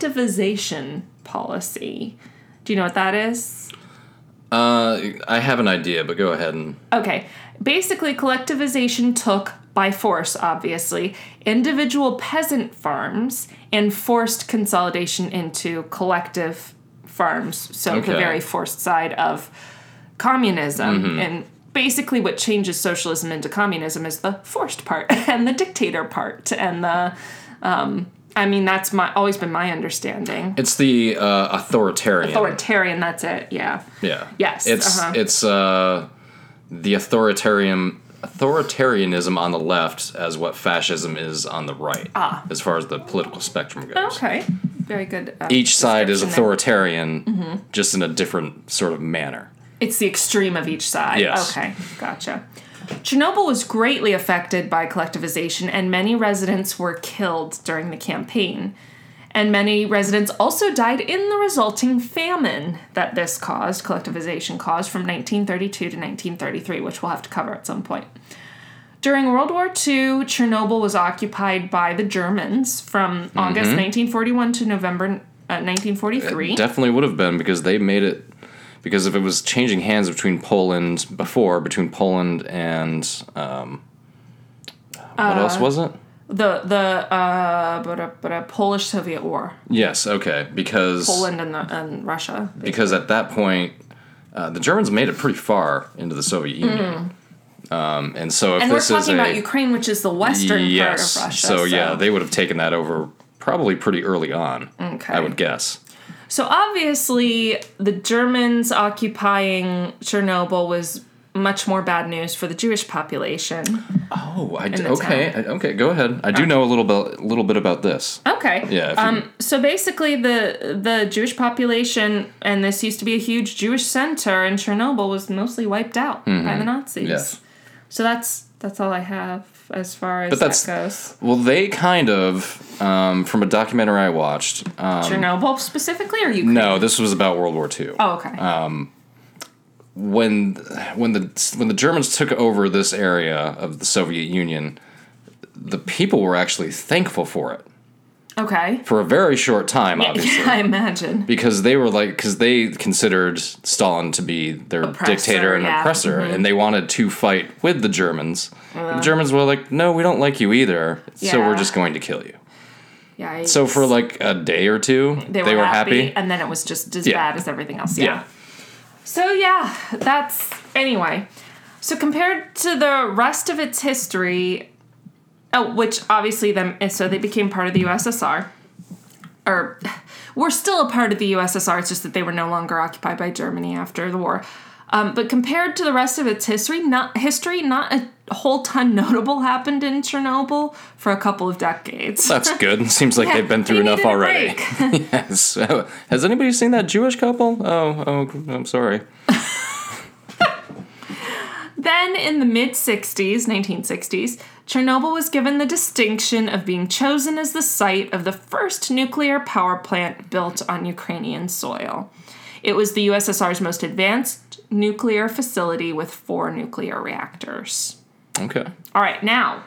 [SPEAKER 1] collectivization policy. Do you know what that is?
[SPEAKER 3] Uh, I have an idea, but go ahead and
[SPEAKER 1] Okay. Basically, collectivization took, by force, obviously, individual peasant farms and forced consolidation into collective farms. So, the
[SPEAKER 3] Okay.
[SPEAKER 1] very forced side of communism. And basically, what changes socialism into communism is the forced part (laughs) and the dictator part. And the, um, I mean, that's my always been my understanding.
[SPEAKER 3] It's the uh, authoritarian.
[SPEAKER 1] Authoritarian, that's it, yeah.
[SPEAKER 3] yeah.
[SPEAKER 1] Yes,
[SPEAKER 3] It's
[SPEAKER 1] uh-huh.
[SPEAKER 3] it's uh, the authoritarian authoritarianism on the left as what fascism is on the right. Ah. As far as the political spectrum goes.
[SPEAKER 1] Okay. Very good. uh,
[SPEAKER 3] Each side is
[SPEAKER 1] description there. Mm-hmm.
[SPEAKER 3] authoritarian, just in a different sort of manner.
[SPEAKER 1] It's the extreme of each side.
[SPEAKER 3] Yes.
[SPEAKER 1] Okay, gotcha. Chernobyl was greatly affected by collectivization, and many residents were killed during the campaign. And many residents also died in the resulting famine that this caused, collectivization caused, from 1932 to 1933, which we'll have to cover at some point. During World War II, Chernobyl was occupied by the Germans from August 1941 to November uh, 1943.
[SPEAKER 3] Definitely would have been because they made it. Because if it was changing hands between Poland before, between Poland and um, what
[SPEAKER 1] Uh,
[SPEAKER 3] else was it?
[SPEAKER 1] the the uh but a, but a Polish Soviet war
[SPEAKER 3] Yes, okay. Because
[SPEAKER 1] Poland and the, and Russia
[SPEAKER 3] because at that point, uh, the Germans made it pretty far into the Soviet Union. Um, and so
[SPEAKER 1] Mm-hmm.
[SPEAKER 3] if
[SPEAKER 1] and we're
[SPEAKER 3] this is
[SPEAKER 1] talking about
[SPEAKER 3] a
[SPEAKER 1] Ukraine which is the western
[SPEAKER 3] yes,
[SPEAKER 1] part of Russia
[SPEAKER 3] so, yeah, they would have taken that over probably pretty early on.
[SPEAKER 1] Okay.
[SPEAKER 3] I would guess.
[SPEAKER 1] so obviously the Germans occupying Chernobyl was much more bad news for the Jewish population
[SPEAKER 3] Oh, I
[SPEAKER 1] the
[SPEAKER 3] okay, I, okay. Go ahead. I do know a little bit, little bit about this.
[SPEAKER 1] okay Um,
[SPEAKER 3] Yeah. If you,
[SPEAKER 1] so basically the the Jewish population and this used to be a huge Jewish center in Chernobyl was mostly wiped out by the Nazis
[SPEAKER 3] Mm-hmm. Yes.
[SPEAKER 1] so that's that's all I have as far as
[SPEAKER 3] that's-
[SPEAKER 1] that goes
[SPEAKER 3] well, they kind of um, from a documentary I watched. Um,
[SPEAKER 1] Chernobyl specifically or Ukraine
[SPEAKER 3] Uh, no, this was about World War II.
[SPEAKER 1] oh okay
[SPEAKER 3] when when the when the Germans took over this area of the Soviet Union, the people were actually thankful for it
[SPEAKER 1] Okay.
[SPEAKER 3] for a very short time, obviously.
[SPEAKER 1] Yeah, (laughs) I imagine.
[SPEAKER 3] Because they were like, because they considered Stalin to be their
[SPEAKER 1] Oppressor,
[SPEAKER 3] dictator and
[SPEAKER 1] yeah. Mm-hmm.
[SPEAKER 3] oppressor, and they wanted to fight with the Germans. the Germans were like, "No, we don't like you either, so
[SPEAKER 1] Uh-huh. Yeah.
[SPEAKER 3] we're just going to kill you."
[SPEAKER 1] Yikes.
[SPEAKER 3] So for like a day or two, they were, happy.
[SPEAKER 1] and then it was just as
[SPEAKER 3] Yeah.
[SPEAKER 1] bad as everything else.
[SPEAKER 3] Yeah.
[SPEAKER 1] So yeah, that's anyway. So compared to the rest of its history, oh, which obviously them so they became part of the USSR, or (laughs) were still a part of the USSR. It's just that they were no longer occupied by Germany after the war. Um, but compared to the rest of its history, not history, not a whole ton (laughs) notable happened in Chernobyl for a couple of decades.
[SPEAKER 3] That's good. Seems like they've been through
[SPEAKER 1] They
[SPEAKER 3] enough
[SPEAKER 1] needed a
[SPEAKER 3] already.
[SPEAKER 1] break.
[SPEAKER 3] (laughs) yes. Oh, Has anybody seen that Jewish couple? Oh, oh, I'm sorry.
[SPEAKER 1] Then, in the mid 60s, 1960s, Chernobyl was given the distinction of being chosen as the site of the first nuclear power plant built on Ukrainian soil. It was the USSR's most advanced nuclear facility with four nuclear reactors.
[SPEAKER 3] Okay.
[SPEAKER 1] All right, now.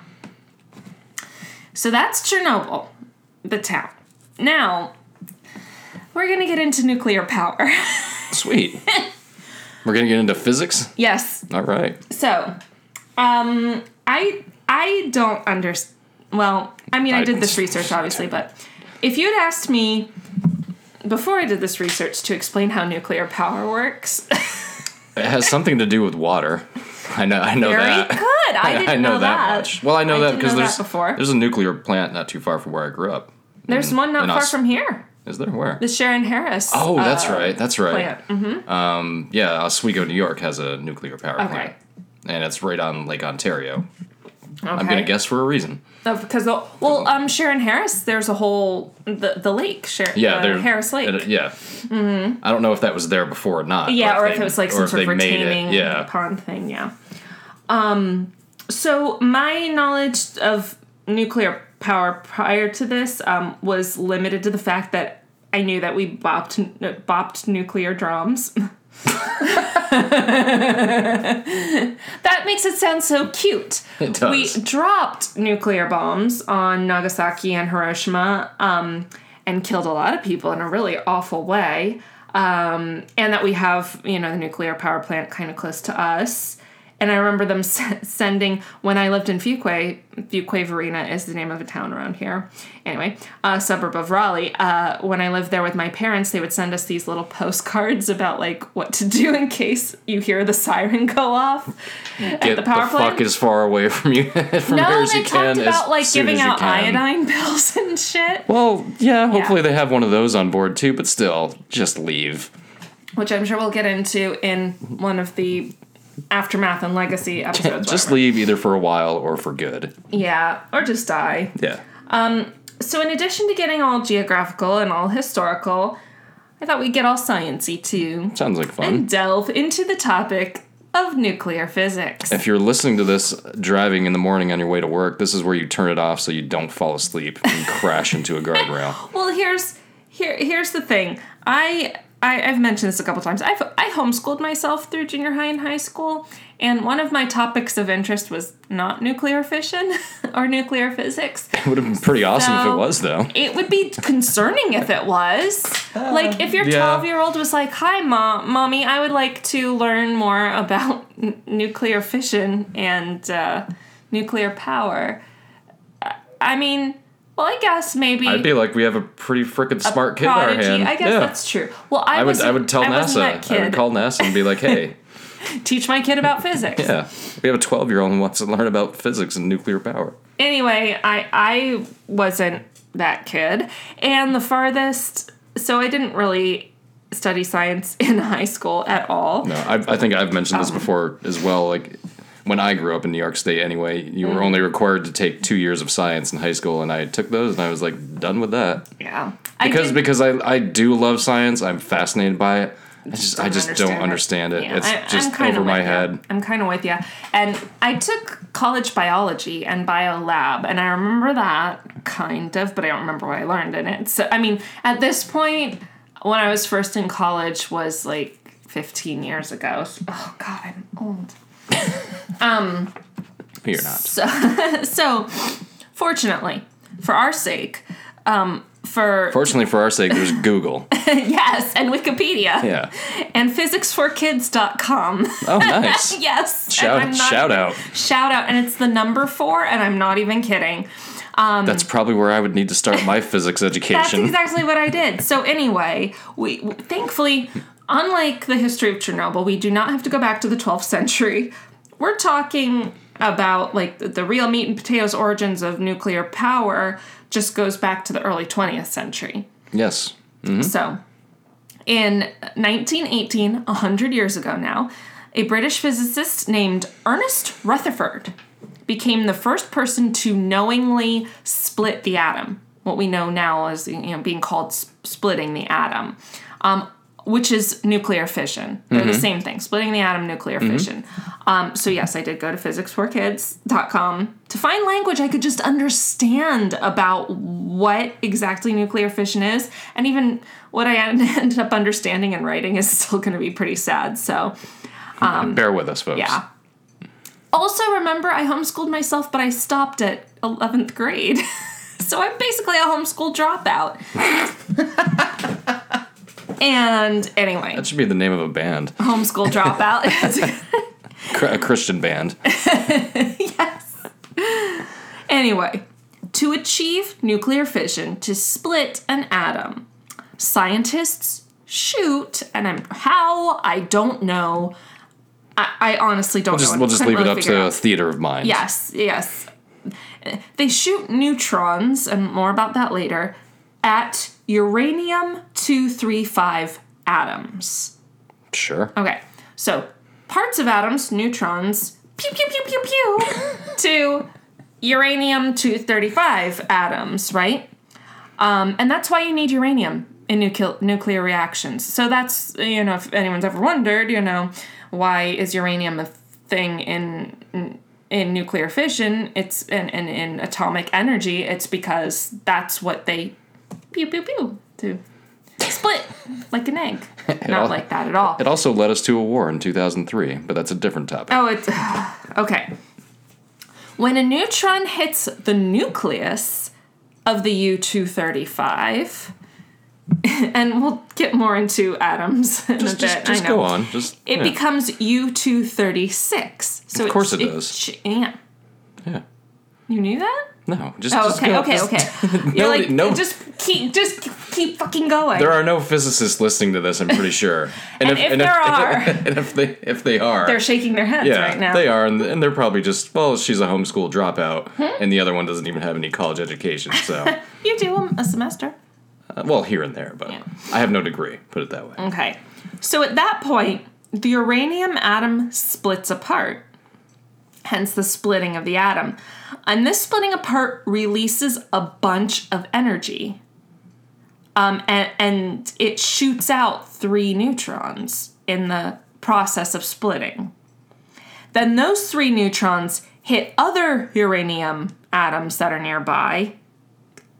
[SPEAKER 1] So that's Chernobyl, the town. Now, we're going to get into nuclear power. (laughs)
[SPEAKER 3] Sweet. We're gonna get into physics.
[SPEAKER 1] yes,
[SPEAKER 3] All right.
[SPEAKER 1] So, um, I I don't understand. Well, I mean, I,
[SPEAKER 3] I-
[SPEAKER 1] did this research obviously, but if you had asked me before I did this research to explain how nuclear power works, (laughs)
[SPEAKER 3] It has something to do with water. I know. I know
[SPEAKER 1] very
[SPEAKER 3] that.
[SPEAKER 1] good.
[SPEAKER 3] (laughs)
[SPEAKER 1] I didn't know, that.
[SPEAKER 3] much. Well, I know
[SPEAKER 1] I
[SPEAKER 3] that
[SPEAKER 1] didn't
[SPEAKER 3] because
[SPEAKER 1] know that
[SPEAKER 3] there's
[SPEAKER 1] before.
[SPEAKER 3] there's a nuclear plant not too far from where I grew up.
[SPEAKER 1] There's one not
[SPEAKER 3] and
[SPEAKER 1] far
[SPEAKER 3] us-
[SPEAKER 1] from here.
[SPEAKER 3] Is there where?
[SPEAKER 1] The Sharon Harris.
[SPEAKER 3] Oh, that's
[SPEAKER 1] uh,
[SPEAKER 3] right. That's right.
[SPEAKER 1] Plant. Mhm.
[SPEAKER 3] Um, yeah, Oswego, New York has a nuclear power plant, and it's right on Lake Ontario.
[SPEAKER 1] Okay.
[SPEAKER 3] I'm gonna guess for a reason.
[SPEAKER 1] because the, well, um, Sharon Harris. There's a whole the the lake. Sharon.
[SPEAKER 3] Yeah,
[SPEAKER 1] uh,
[SPEAKER 3] there-
[SPEAKER 1] Harris Lake. Mm-hmm.
[SPEAKER 3] it- yeah. I don't know if that was there before or not.
[SPEAKER 1] Yeah, or if,
[SPEAKER 3] they-
[SPEAKER 1] it was like some
[SPEAKER 3] or if
[SPEAKER 1] sort of
[SPEAKER 3] they made it,
[SPEAKER 1] retaining
[SPEAKER 3] Yeah.
[SPEAKER 1] pond thing, yeah. Um, so my knowledge of nuclear power prior to this um, was limited to the fact that I knew that we bopped n- bopped nuclear drums. (laughs) that makes it sound so cute.
[SPEAKER 3] It does.
[SPEAKER 1] We dropped nuclear bombs on Nagasaki and Hiroshima um, and killed a lot of people in a really awful way. Um, and that we have, you know, the nuclear power plant kind of close to us. And I remember them (laughs) s- sending, when I lived in Fuquay, Fuquay Varina is the name of a town around here, anyway, a suburb of Raleigh. Uh, when I lived there with my parents, they would send us these little (laughs) postcards about, like, what to do in case you hear the siren go off
[SPEAKER 3] Get
[SPEAKER 1] the power plant?
[SPEAKER 3] fuck as far away (laughs) from you from here
[SPEAKER 1] no,
[SPEAKER 3] as
[SPEAKER 1] they
[SPEAKER 3] you can.
[SPEAKER 1] talked about
[SPEAKER 3] as
[SPEAKER 1] like
[SPEAKER 3] soon
[SPEAKER 1] giving
[SPEAKER 3] as you
[SPEAKER 1] out
[SPEAKER 3] can.
[SPEAKER 1] iodine (laughs) pills and shit,
[SPEAKER 3] Well, yeah, hopefully they have one of those on board too, but still, just leave.
[SPEAKER 1] which I'm sure we'll get into in one of the aftermath and legacy episodes.
[SPEAKER 3] just
[SPEAKER 1] whatever.
[SPEAKER 3] leave either for a while or for good.
[SPEAKER 1] yeah, or just die.
[SPEAKER 3] Yeah.
[SPEAKER 1] So, in addition to getting all geographical and all historical, I thought we'd get all sciency too
[SPEAKER 3] Sounds like fun.
[SPEAKER 1] and delve into the topic of nuclear physics.
[SPEAKER 3] If you're listening to this driving in the morning on your way to work, this is where you turn it off so you don't fall asleep and crash into a guardrail. (laughs)
[SPEAKER 1] Well, here's here here's the thing. I, I I've mentioned this a couple times. I've I homeschooled myself through junior high and high school, and one of my topics of interest was not nuclear fission (laughs) or nuclear physics.
[SPEAKER 3] It would have been pretty awesome if
[SPEAKER 1] So-
[SPEAKER 3] it was, though.
[SPEAKER 1] It would be concerning if it was. Like if your
[SPEAKER 3] yeah.
[SPEAKER 1] 12 year old was like, "Hi, mom, mommy, I would like to learn more about n- nuclear fission and uh, nuclear power." I- I mean, well, I guess maybe
[SPEAKER 3] I'd be like, we have a pretty frickin' smart kid
[SPEAKER 1] prodigy.
[SPEAKER 3] in our hand.
[SPEAKER 1] I guess
[SPEAKER 3] yeah.
[SPEAKER 1] that's true. Well, I,
[SPEAKER 3] I would,
[SPEAKER 1] was,
[SPEAKER 3] I would tell
[SPEAKER 1] wasn't that
[SPEAKER 3] NASA. I would
[SPEAKER 1] kid.
[SPEAKER 3] call NASA and be like,
[SPEAKER 1] (laughs)
[SPEAKER 3] hey,
[SPEAKER 1] Teach my kid
[SPEAKER 3] (laughs)
[SPEAKER 1] about physics.
[SPEAKER 3] yeah, we have a 12 year old who wants to learn about physics and nuclear power.
[SPEAKER 1] Anyway, I I wasn't that kid, and the farthest. So I didn't really study science (laughs) in high school at all.
[SPEAKER 3] No, I, I think I've mentioned
[SPEAKER 1] Oh.
[SPEAKER 3] this before as well. Like when I grew up in New York State, anyway, you
[SPEAKER 1] Mm.
[SPEAKER 3] were only required to take two years of science in high school, and I took those, and I was like done with that
[SPEAKER 1] Yeah, I
[SPEAKER 3] because
[SPEAKER 1] did-
[SPEAKER 3] because I I do love science. I'm fascinated by it. I just I
[SPEAKER 1] don't
[SPEAKER 3] just don't understand it.
[SPEAKER 1] Yeah,
[SPEAKER 3] It's
[SPEAKER 1] I- I'm
[SPEAKER 3] just
[SPEAKER 1] kinda
[SPEAKER 3] over my
[SPEAKER 1] with ya.
[SPEAKER 3] head.
[SPEAKER 1] I'm kind of with you. And I took college biology and bio lab, and I remember that kind of, but I don't remember what I learned in it. So I mean, at this point, when I was first in college, was like 15 years ago. So- oh God, I'm old.
[SPEAKER 3] You're not.
[SPEAKER 1] So, fortunately, for our sake, um, for
[SPEAKER 3] Fortunately for our sake, there's Google.
[SPEAKER 1] (laughs) yes, and Wikipedia (laughs)
[SPEAKER 3] Yeah.
[SPEAKER 1] and physicsforkids.com.
[SPEAKER 3] Oh,
[SPEAKER 1] (laughs)
[SPEAKER 3] nice.
[SPEAKER 1] yes, and I'm
[SPEAKER 3] Shout
[SPEAKER 1] not
[SPEAKER 3] shout out.
[SPEAKER 1] Shout out, and it's the number four, and I'm not even kidding.
[SPEAKER 3] That's probably where I would need to
[SPEAKER 1] (laughs)
[SPEAKER 3] start my physics
[SPEAKER 1] um, That's
[SPEAKER 3] education.
[SPEAKER 1] exactly what I did. So anyway, we thankfully, unlike the history of Chernobyl, we do not have to go back to the 12th century. We're talking about like the, the real meat and potatoes origins of nuclear power just goes back to the early 20th century.
[SPEAKER 3] Yes.
[SPEAKER 1] So, in 1918, 100 years ago now, a British physicist named Ernest Rutherford became the first person to knowingly split the atom. What we know now as you know being called s- splitting the atom, um, which is nuclear fission. They're the same thing: splitting the atom, nuclear fission. Um, so yes, I did go to physicsforkids.com to find language I could just understand about what exactly nuclear fission is, and even what I (laughs) ended up understanding and writing is still going to be pretty sad. So.
[SPEAKER 3] Bear with us, folks.
[SPEAKER 1] Yeah. Also, remember, I homeschooled myself, but I stopped at 11th grade. (laughs) so I'm basically a homeschool dropout. (laughs) and anyway,
[SPEAKER 3] That should be the name of a
[SPEAKER 1] (laughs)
[SPEAKER 3] band, (laughs)
[SPEAKER 1] homeschool dropout. (laughs)
[SPEAKER 3] Cr- a Christian band.
[SPEAKER 1] Anyway, to achieve nuclear fission, to split an atom, scientists shoot, and I'm how I don't know. I, I honestly don't
[SPEAKER 3] Just,
[SPEAKER 1] know.
[SPEAKER 3] we'll just
[SPEAKER 1] Couldn't
[SPEAKER 3] leave it
[SPEAKER 1] really
[SPEAKER 3] up
[SPEAKER 1] figure
[SPEAKER 3] to
[SPEAKER 1] out.
[SPEAKER 3] theater of mind.
[SPEAKER 1] Yes, yes. They shoot neutrons, and more about that later, at uranium 235 atoms.
[SPEAKER 3] Sure.
[SPEAKER 1] Okay, so parts of atoms, neutrons, pew, pew, pew, pew, pew, to uranium 235 atoms, right? Um, and that's why you need uranium in nucle- nuclear reactions. So that's, you know, if anyone's ever wondered, you know, why is uranium a thing in. In nuclear fission, it's in, in, in atomic energy, it's because that's what they pew pew pew to split like an egg. Not
[SPEAKER 3] all-
[SPEAKER 1] like that at all.
[SPEAKER 3] It also led us to a war in 2003, but that's a different topic.
[SPEAKER 1] Oh, it's (sighs) okay. When a neutron hits the nucleus of the U two thirty five, (laughs) and we'll get more into atoms in a
[SPEAKER 3] just
[SPEAKER 1] bit.
[SPEAKER 3] just, just
[SPEAKER 1] I know.
[SPEAKER 3] go on. Just
[SPEAKER 1] It
[SPEAKER 3] yeah.
[SPEAKER 1] becomes U two thirty six. So
[SPEAKER 3] Of course
[SPEAKER 1] it,
[SPEAKER 3] it does.
[SPEAKER 1] ch- yeah.
[SPEAKER 3] Yeah.
[SPEAKER 1] You knew that?
[SPEAKER 3] No, just,
[SPEAKER 1] Oh,
[SPEAKER 3] just
[SPEAKER 1] okay,
[SPEAKER 3] go.
[SPEAKER 1] okay,
[SPEAKER 3] Just- (laughs)
[SPEAKER 1] okay. You're
[SPEAKER 3] Nobody-
[SPEAKER 1] like
[SPEAKER 3] no-
[SPEAKER 1] just keep just keep fucking going.
[SPEAKER 3] There are no physicists listening to this, I'm pretty sure.
[SPEAKER 1] And if there are-
[SPEAKER 3] (laughs) and if they if they are,
[SPEAKER 1] They're shaking their heads
[SPEAKER 3] yeah,
[SPEAKER 1] right now.
[SPEAKER 3] they are, and, and they're probably just well, she's a homeschool dropout,
[SPEAKER 1] Hmm?
[SPEAKER 3] and the other one doesn't even have any college education.
[SPEAKER 1] (laughs)
[SPEAKER 3] So,
[SPEAKER 1] You do 'em a semester.
[SPEAKER 3] uh, well, here and there, but
[SPEAKER 1] Yeah. Mm.
[SPEAKER 3] I have no degree. Put it that way.
[SPEAKER 1] Okay. So at that point, the uranium atom splits apart, hence the splitting of the atom. And this splitting apart releases a bunch of energy. Um, and, and it shoots out three neutrons in the process of splitting. Then those three neutrons hit other uranium atoms that are nearby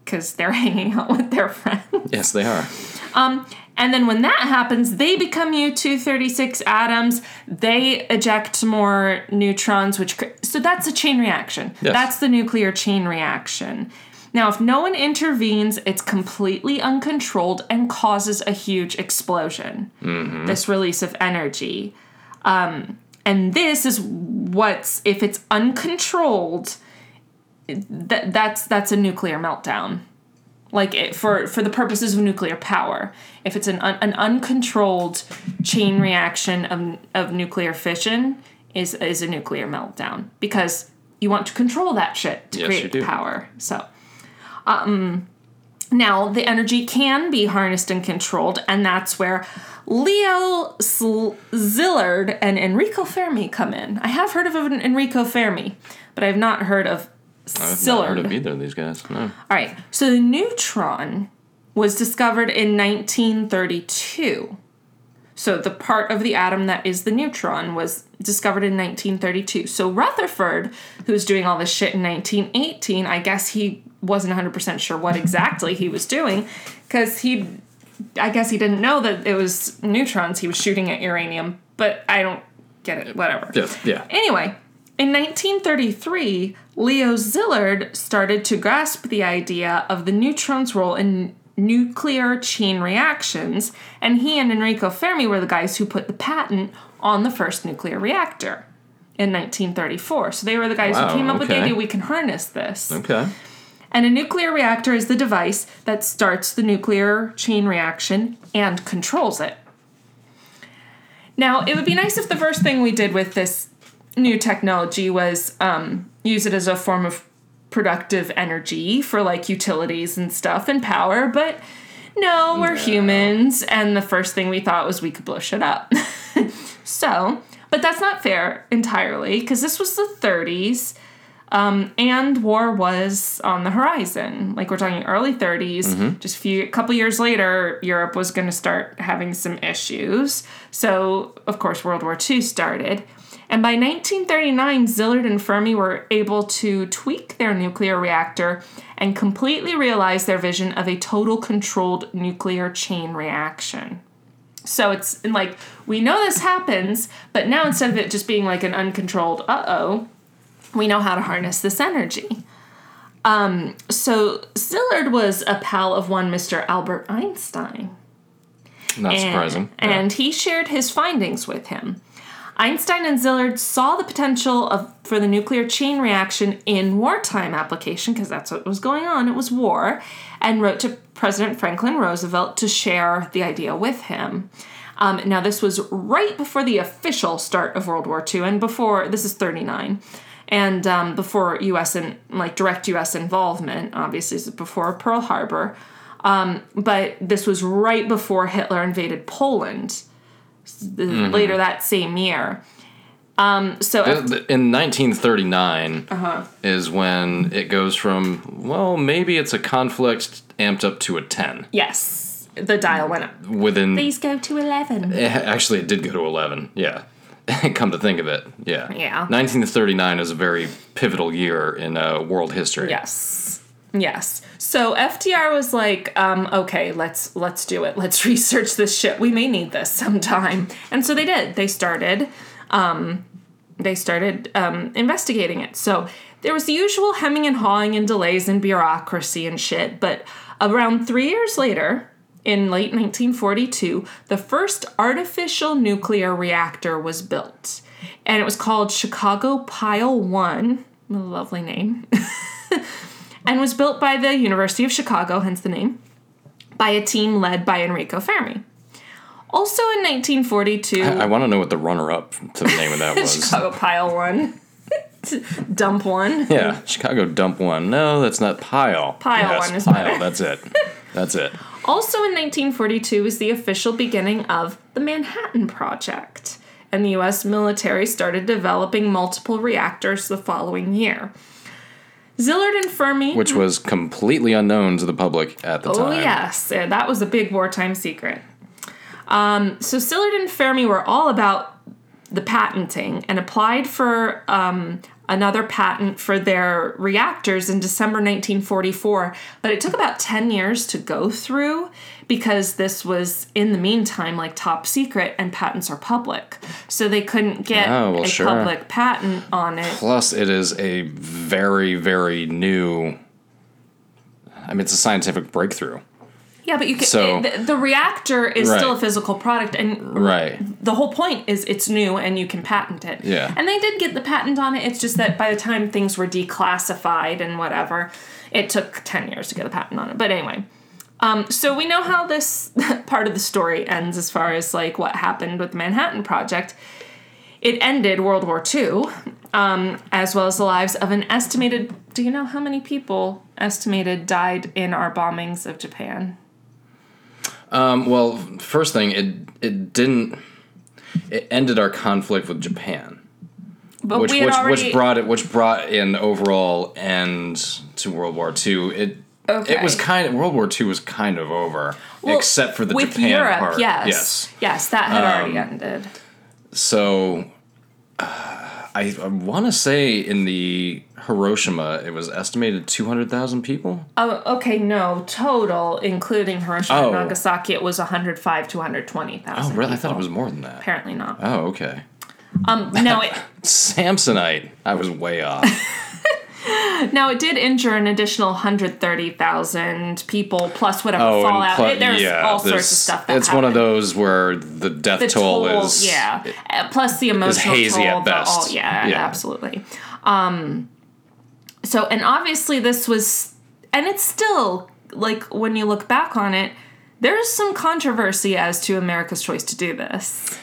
[SPEAKER 1] because they're (laughs) hanging out with their friends.
[SPEAKER 3] Yes, they are.
[SPEAKER 1] And then when that happens, they become U236 atoms. They eject more neutrons, which cr- so that's a chain reaction.
[SPEAKER 3] Yes.
[SPEAKER 1] That's the nuclear chain reaction. Now, if no one intervenes, it's completely uncontrolled and causes a huge explosion. This release of energy. Um, and this is what's if it's uncontrolled, that that's that's a nuclear meltdown like it, for for the purposes of nuclear power if it's an un, an uncontrolled chain reaction of of nuclear fission is is a nuclear meltdown because you want to control that shit to
[SPEAKER 3] Yes, you
[SPEAKER 1] create
[SPEAKER 3] do.
[SPEAKER 1] power so um now the energy can be harnessed and controlled and that's where Leo Sl- Szilard and Enrico Fermi come in. I have heard of an Enrico Fermi, but I have not heard of
[SPEAKER 3] I've
[SPEAKER 1] Szilard.
[SPEAKER 3] not heard of either of these guys. No.
[SPEAKER 1] All right. So the neutron was discovered in 1932. So the part of the atom that is the neutron was discovered in 1932. So Rutherford, who was doing all this shit in 1918, I guess he wasn't 100% sure what exactly he was doing because he I guess he didn't know that it was neutrons he was shooting at uranium, but I don't get it. Whatever.
[SPEAKER 3] Yeah, yeah.
[SPEAKER 1] Anyway, in 1933, Leo Szilard started to grasp the idea of the neutron's role in nuclear chain reactions, and he and Enrico Fermi were the guys who put the patent on the first nuclear reactor in 1934. So they were the guys
[SPEAKER 3] Wow,
[SPEAKER 1] who came up with the
[SPEAKER 3] okay.
[SPEAKER 1] idea we can harness this.
[SPEAKER 3] Okay.
[SPEAKER 1] And a nuclear reactor is the device that starts the nuclear chain reaction and controls it. Now, it would be nice if the first thing we did with this new technology was um, use it as a form of productive energy for like utilities and stuff and power, but no, we're humans, and the first thing we thought was we could blow shit up. (laughs) so, but that's not fair entirely because this was the 30s and war was on the horizon. Like we're talking early 30s, just few, a couple years later, Europe was going to start having some issues. So, of course, World War II started. And by 1939, Zillard and Fermi were able to tweak their nuclear reactor and completely realize their vision of a total controlled nuclear chain reaction. So it's and like we know this happens, but now instead of it just being like an uncontrolled uh oh, we know how to harness this energy. Um, so Szilard was a pal of one Mr. Albert Einstein.
[SPEAKER 3] Not
[SPEAKER 1] and-
[SPEAKER 3] surprising. Yeah.
[SPEAKER 1] And he shared his findings with him. Einstein and Szilard saw the potential of for the nuclear chain reaction in wartime application because that's what was going on. It was war, and wrote to President Franklin Roosevelt to share the idea with him. Um, now this was right before the official start of World War II, and before this is thirty nine, and um, before U.S. and like direct U.S. involvement. Obviously, this is before Pearl Harbor but this was right before Hitler invaded Poland the- later that same year. Um, so
[SPEAKER 3] Uh, th- In 1939
[SPEAKER 1] Uh-huh.
[SPEAKER 3] is when it goes from, well, maybe it's a conflict amped up to a 10
[SPEAKER 1] yes, the dial went up.
[SPEAKER 3] within.
[SPEAKER 1] Please go to eleven.
[SPEAKER 3] Eh, Actually, it did go to 11. Yeah. (laughs) Come to think of it. Yeah.
[SPEAKER 1] Yeah.
[SPEAKER 3] 1939 is a very pivotal year in uh, world history.
[SPEAKER 1] Yes, yes. So FDR was like, um, okay, let's let's do it. Let's (laughs) research this shit. We may need this sometime. And so they did. They started. Um, they started um, investigating it. So there was the usual hemming and hawing and delays and bureaucracy and shit. But around three years later, in late 1942, the first artificial nuclear reactor was built. And it was called Chicago Pile One. Lovely name and was built by the University of Chicago, hence the name, by a team led by Enrico Fermi. Also in 1942,
[SPEAKER 3] I want to know what the runner up to the name
[SPEAKER 1] (laughs)
[SPEAKER 3] of that was.
[SPEAKER 1] Chicago Pile One, (laughs) Dump One.
[SPEAKER 3] Yeah, Chicago dump one. No, that's not pile.
[SPEAKER 1] Pile
[SPEAKER 3] Yes,
[SPEAKER 1] one is
[SPEAKER 3] pile.
[SPEAKER 1] better.
[SPEAKER 3] That's it. That's it.
[SPEAKER 1] Also in 1942 was the official beginning of the Manhattan Project, and the US military started developing multiple reactors the following year. Zillard and Fermi.
[SPEAKER 3] Which was completely unknown to the public at the
[SPEAKER 1] Oh
[SPEAKER 3] time.
[SPEAKER 1] yes, Yeah, that was a big wartime secret. Um, so Szilard and Fermi were all about the patenting and applied for um, another patent for their reactors in December 1944. But it took about 10 years to go through because this was in the meantime like top secret and patents are public, so they couldn't get
[SPEAKER 3] Oh, well,
[SPEAKER 1] a
[SPEAKER 3] sure.
[SPEAKER 1] public patent on it.
[SPEAKER 3] Plus, it is a very, very new. I mean, it's a scientific breakthrough.
[SPEAKER 1] Yeah, but you can.
[SPEAKER 3] So-
[SPEAKER 1] the, the reactor is
[SPEAKER 3] Right.
[SPEAKER 1] still a physical product, and
[SPEAKER 3] Right.
[SPEAKER 1] the whole point is it's new and you can patent it.
[SPEAKER 3] Yeah.
[SPEAKER 1] And they did get the patent on it. It's just that by the time things were declassified and whatever, it took 10 years to get the patent on it. But anyway, um, so we know how this (laughs) part of the story ends as far as like what happened with the Manhattan Project. It ended World War II, um, as well as the lives of an estimated. Do you know how many people estimated died in our bombings of Japan?
[SPEAKER 3] Um, well, first thing, it it didn't. It ended our conflict with Japan,
[SPEAKER 1] But
[SPEAKER 3] which
[SPEAKER 1] we had
[SPEAKER 3] which,
[SPEAKER 1] already
[SPEAKER 3] which brought it which brought an overall end to World War II. It
[SPEAKER 1] Okay.
[SPEAKER 3] it was kind of World War II was kind of over,
[SPEAKER 1] Well,
[SPEAKER 3] except for the
[SPEAKER 1] with
[SPEAKER 3] Japan
[SPEAKER 1] Europe,
[SPEAKER 3] part.
[SPEAKER 1] Yes,
[SPEAKER 3] yes. Um,
[SPEAKER 1] yes, that had already ended.
[SPEAKER 3] So uh, I, I want to say in the Hiroshima, it was estimated 200,000 people.
[SPEAKER 1] Oh, okay, no. Total, including Hiroshima
[SPEAKER 3] Oh.
[SPEAKER 1] and Nagasaki, it was 105 to
[SPEAKER 3] Oh,
[SPEAKER 1] 120,000.
[SPEAKER 3] really? I thought it was more than that.
[SPEAKER 1] Apparently not.
[SPEAKER 3] Oh, okay.
[SPEAKER 1] Um, no, it, (laughs)
[SPEAKER 3] Samsonite. I was way off.
[SPEAKER 1] now it did injure an additional 130,000 people, plus whatever (laughs)
[SPEAKER 3] Oh,
[SPEAKER 1] fallout.
[SPEAKER 3] plu-
[SPEAKER 1] It- there's all sorts of
[SPEAKER 3] there's-
[SPEAKER 1] stuff that
[SPEAKER 3] It's one of
[SPEAKER 1] happened.
[SPEAKER 3] those where the death
[SPEAKER 1] the
[SPEAKER 3] toll,
[SPEAKER 1] toll,
[SPEAKER 3] is.
[SPEAKER 1] yeah. Uh, Plus the emotional
[SPEAKER 3] hazy
[SPEAKER 1] toll.
[SPEAKER 3] at
[SPEAKER 1] the
[SPEAKER 3] best.
[SPEAKER 1] all- yeah,
[SPEAKER 3] Yeah.
[SPEAKER 1] absolutely. Um, so and obviously this was, and it's still like when you look back on it, there's some controversy as to America's choice to do this.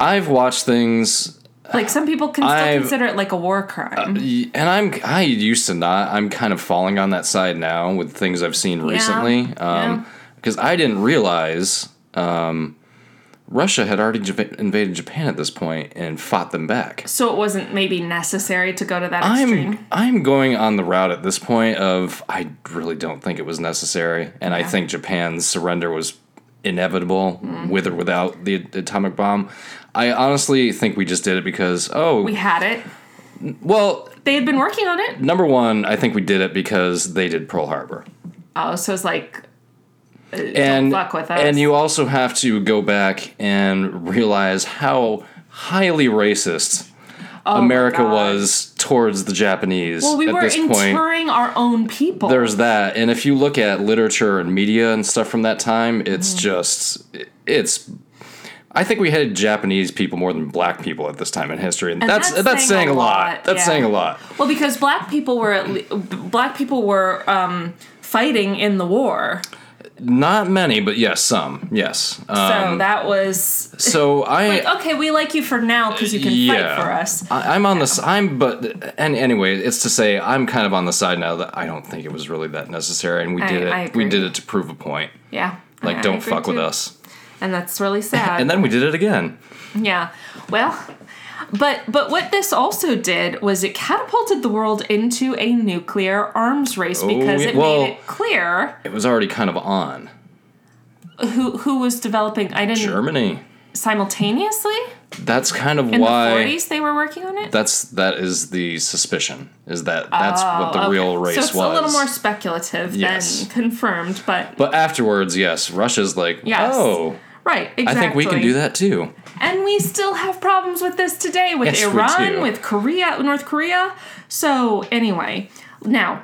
[SPEAKER 3] I've watched things
[SPEAKER 1] Like some people can still
[SPEAKER 3] I've- Uh,
[SPEAKER 1] consider it like a war crime.
[SPEAKER 3] Y- and I'm I used to not. I'm kind of falling on that side now with things I've seen recently.
[SPEAKER 1] yeah.
[SPEAKER 3] Um, because I didn't realize um, Russia had already Jap- invaded Japan at this point and fought them back.
[SPEAKER 1] so it wasn't maybe necessary to go to that extreme.
[SPEAKER 3] I'm I'm going on the route at this point of I really don't think it was necessary, and I think Japan's surrender was inevitable,
[SPEAKER 1] Mm-hmm.
[SPEAKER 3] with or without the atomic bomb. I honestly think we just did it because oh
[SPEAKER 1] we had it.
[SPEAKER 3] well
[SPEAKER 1] They had been working on it.
[SPEAKER 3] Number one, I think we did it because they did Pearl Harbor,
[SPEAKER 1] Oh, so it's like
[SPEAKER 3] and
[SPEAKER 1] fuck with us.
[SPEAKER 3] and you also have to go back and realize how highly racist
[SPEAKER 1] Oh my
[SPEAKER 3] America
[SPEAKER 1] God.
[SPEAKER 3] was towards the Japanese
[SPEAKER 1] well, we
[SPEAKER 3] at
[SPEAKER 1] were
[SPEAKER 3] this point.
[SPEAKER 1] interring our own people.
[SPEAKER 3] There's that, and if you look at literature and media and stuff from that time,
[SPEAKER 1] Mm-hmm.
[SPEAKER 3] it's just it's. I think we hated Japanese people more than black people at this time in history, and, that's, that's saying, a lot. That's
[SPEAKER 1] yeah.
[SPEAKER 3] saying a lot.
[SPEAKER 1] well, because black people were at le- black people were um, fighting in the war,
[SPEAKER 3] Not many, but yes, some. Yes.
[SPEAKER 1] so
[SPEAKER 3] Um,
[SPEAKER 1] that was (laughs)
[SPEAKER 3] so I
[SPEAKER 1] okay. We like you for now because you can fight
[SPEAKER 3] Yeah.
[SPEAKER 1] for us.
[SPEAKER 3] I, I'm on this. I'm but and anyway, it's to say I'm kind of on the side now that I don't think it was really that necessary, and we
[SPEAKER 1] I-
[SPEAKER 3] did
[SPEAKER 1] I
[SPEAKER 3] it. We
[SPEAKER 1] agree.
[SPEAKER 3] did it to prove a point.
[SPEAKER 1] Yeah,
[SPEAKER 3] Like,
[SPEAKER 1] I- I
[SPEAKER 3] don't
[SPEAKER 1] agree
[SPEAKER 3] fuck with
[SPEAKER 1] too.
[SPEAKER 3] us.
[SPEAKER 1] and that's
[SPEAKER 3] (laughs)
[SPEAKER 1] really sad.
[SPEAKER 3] And then we did it again.
[SPEAKER 1] Yeah. Well, but but what this also did was it catapulted the world into a nuclear arms race because
[SPEAKER 3] Oh, yeah.
[SPEAKER 1] it
[SPEAKER 3] Well-
[SPEAKER 1] made it clear
[SPEAKER 3] It was already kind of on
[SPEAKER 1] who who was developing. I didn't
[SPEAKER 3] Germany.
[SPEAKER 1] simultaneously
[SPEAKER 3] That's kind of
[SPEAKER 1] in the
[SPEAKER 3] why.
[SPEAKER 1] forties they were working on it.
[SPEAKER 3] that's that is the suspicion is that that's what the
[SPEAKER 1] Oh, okay.
[SPEAKER 3] real race
[SPEAKER 1] so it's
[SPEAKER 3] was.
[SPEAKER 1] a little more speculative
[SPEAKER 3] Yes.
[SPEAKER 1] than confirmed, but,
[SPEAKER 3] but afterwards, yes, Russia's like,
[SPEAKER 1] Yes.
[SPEAKER 3] oh,
[SPEAKER 1] right, exactly.
[SPEAKER 3] I think we can do that too.
[SPEAKER 1] And we still have problems with this today with
[SPEAKER 3] Yes, we do.
[SPEAKER 1] Iran, with Korea, North Korea. So, anyway, now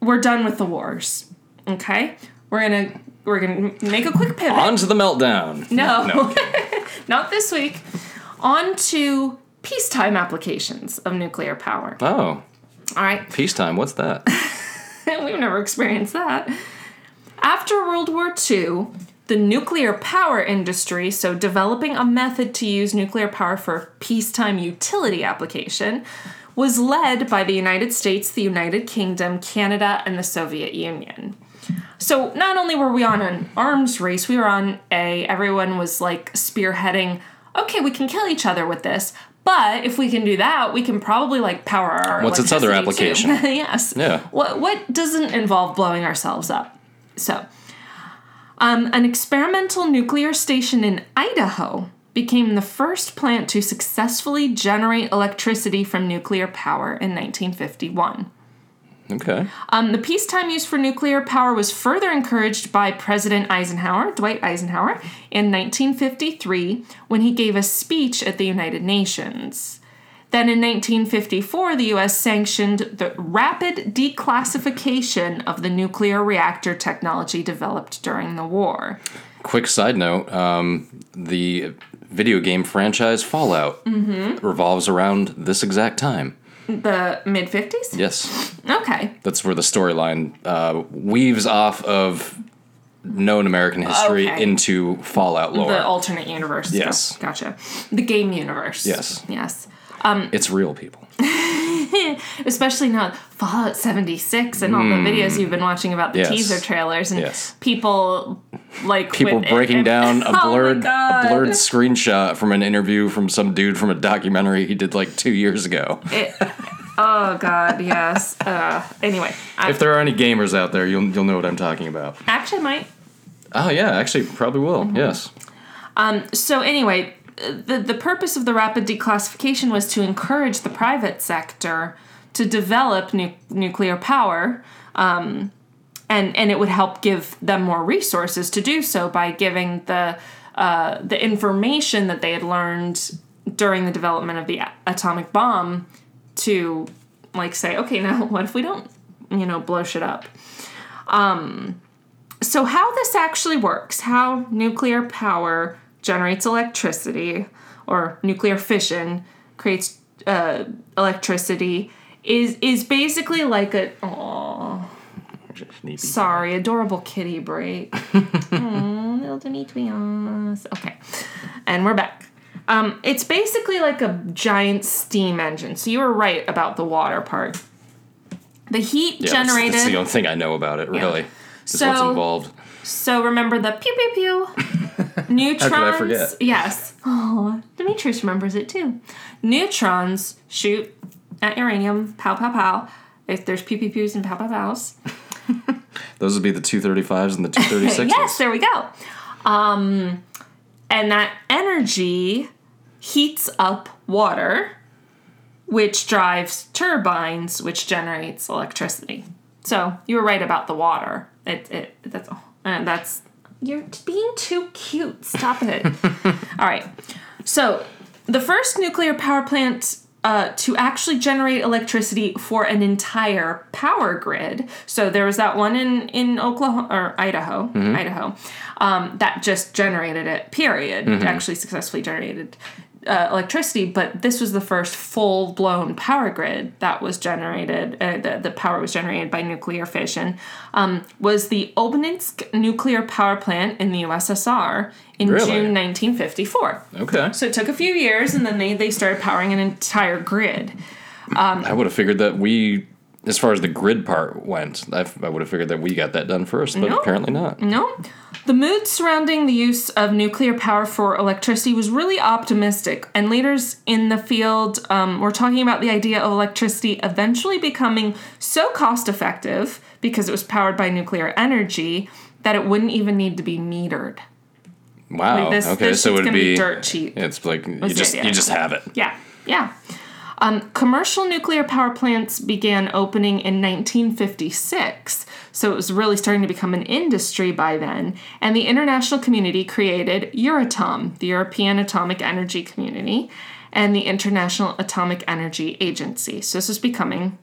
[SPEAKER 1] we're done with the wars. Okay? We're going to we're going to make a quick pivot.
[SPEAKER 3] On to the meltdown.
[SPEAKER 1] no.
[SPEAKER 3] no.
[SPEAKER 1] Not this week. On to peacetime applications of nuclear power.
[SPEAKER 3] Oh,
[SPEAKER 1] All right?
[SPEAKER 3] peacetime. What's that?
[SPEAKER 1] (laughs) We've never experienced that. After World War II, the nuclear power industry, so developing a method to use nuclear power for peacetime utility application, was led by the United States, the United Kingdom, Canada, and the Soviet Union. So not only were we on an arms race, we were on a everyone was like spearheading, okay, we can kill each other with this. But if we can do that, we can probably like power our
[SPEAKER 3] What's its other
[SPEAKER 1] electricity, too." (laughs)
[SPEAKER 3] application?
[SPEAKER 1] yes.
[SPEAKER 3] Yeah.
[SPEAKER 1] What what doesn't involve blowing ourselves up? So, um, an experimental nuclear station in Idaho became the first plant to successfully generate electricity from nuclear power in 1951.
[SPEAKER 3] Okay.
[SPEAKER 1] Um, the peacetime use for nuclear power was further encouraged by President Eisenhower, Dwight Eisenhower, in 1953 when he gave a speech at the United Nations. Then in 1954, the US sanctioned the rapid declassification of the nuclear reactor technology developed during the war.
[SPEAKER 3] Quick side note: um, the video game franchise Fallout
[SPEAKER 1] Mm-hmm.
[SPEAKER 3] revolves around this exact time.
[SPEAKER 1] The mid 50s?
[SPEAKER 3] Yes,
[SPEAKER 1] Okay.
[SPEAKER 3] that's where the storyline uh, weaves off of known American history
[SPEAKER 1] Okay.
[SPEAKER 3] into Fallout lore.
[SPEAKER 1] The alternate universe.
[SPEAKER 3] Yes.
[SPEAKER 1] Gotcha. The game universe.
[SPEAKER 3] Yes.
[SPEAKER 1] Yes.
[SPEAKER 3] it's real people.
[SPEAKER 1] especially now Fallout 76 and all the videos you've been watching about the
[SPEAKER 3] Hmm. Yes.
[SPEAKER 1] teaser trailers and
[SPEAKER 3] Yes.
[SPEAKER 1] people like
[SPEAKER 3] People
[SPEAKER 1] with- (laughs)
[SPEAKER 3] breaking down a
[SPEAKER 1] Oh my
[SPEAKER 3] blurred, a
[SPEAKER 1] God.
[SPEAKER 3] blurred screenshot from an interview from some dude from a documentary he did like two years ago.
[SPEAKER 1] It- oh god, yes. Uh, anyway, I
[SPEAKER 3] If there are any gamers out there, you'll you'll know what I'm talking about.
[SPEAKER 1] actually might Mm-hmm.
[SPEAKER 3] Oh yeah, actually probably will. Yes.
[SPEAKER 1] So anyway, the, the purpose of the rapid declassification was to encourage the private sector to develop nu- nuclear power, um, and and it would help give them more resources to do so by giving the uh, the information that they had learned during the development of the a- atomic bomb to like say, okay, now (laughs) what if we don't, you know, blow shit up? so how this actually works how nuclear power generates electricity or nuclear fission creates uh, electricity is is basically like a oh sorry adorable kitty
[SPEAKER 3] (laughs)
[SPEAKER 1] break Aw, little demetrius okay and we're back um, it's basically like a giant steam engine so you were right about the water part the heat
[SPEAKER 3] Yeah, that's-
[SPEAKER 1] generated
[SPEAKER 3] That's, the only thing I know about it, really. Is what's
[SPEAKER 1] So-
[SPEAKER 3] involved.
[SPEAKER 1] so remember the pew pew pew. Neutrons.
[SPEAKER 3] forget?
[SPEAKER 1] Yes. Oh, Demetrius remembers it too. Neutrons shoot at uranium. Pow pow pow. If there's pew pew pews and pow pow pows.
[SPEAKER 3] Those would be the 235s
[SPEAKER 1] (laughs)
[SPEAKER 3] and the 236s.
[SPEAKER 1] Yes, there we go. Um, and that energy heats up water, which drives turbines, which generates electricity. So you were right about the water. It, it that's all. And that's you're being too cute. Stop it. (laughs) all right. So the first nuclear power plant uh, to actually generate electricity for an entire power grid. So there was that one in in Oklahoma or Idaho, Idaho, um, that just generated it. Period. Actually, successfully generated uh, electricity. But this was the first full blown power grid that was generated. Uh, the the power was generated by nuclear fission. Um, was the Obninsk nuclear power plant in the USSR in
[SPEAKER 3] Really?
[SPEAKER 1] June 1954.
[SPEAKER 3] Okay.
[SPEAKER 1] So it took a few years, and then they, they started powering an entire grid.
[SPEAKER 3] I would have figured that we, as far as the grid part went, I, f- I would have figured that we got that done first, but
[SPEAKER 1] No.
[SPEAKER 3] apparently not.
[SPEAKER 1] No? The mood surrounding the use of nuclear power for electricity was really optimistic, and leaders in the field um, were talking about the idea of electricity eventually becoming so cost effective because it was powered by nuclear energy that it wouldn't even need to be metered.
[SPEAKER 3] Wow.
[SPEAKER 1] this-
[SPEAKER 3] okay,
[SPEAKER 1] this
[SPEAKER 3] so
[SPEAKER 1] shit's
[SPEAKER 3] it would
[SPEAKER 1] gonna be
[SPEAKER 3] be,
[SPEAKER 1] dirt cheap.
[SPEAKER 3] It's like you
[SPEAKER 1] the
[SPEAKER 3] just
[SPEAKER 1] idea?
[SPEAKER 3] you just have it.
[SPEAKER 1] Yeah, yeah. Um, commercial nuclear power plants began opening in 1956, so it was really starting to become an industry by then. And the international community created Euratom, the European Atomic Energy Community, and the International Atomic Energy Agency. So this is becoming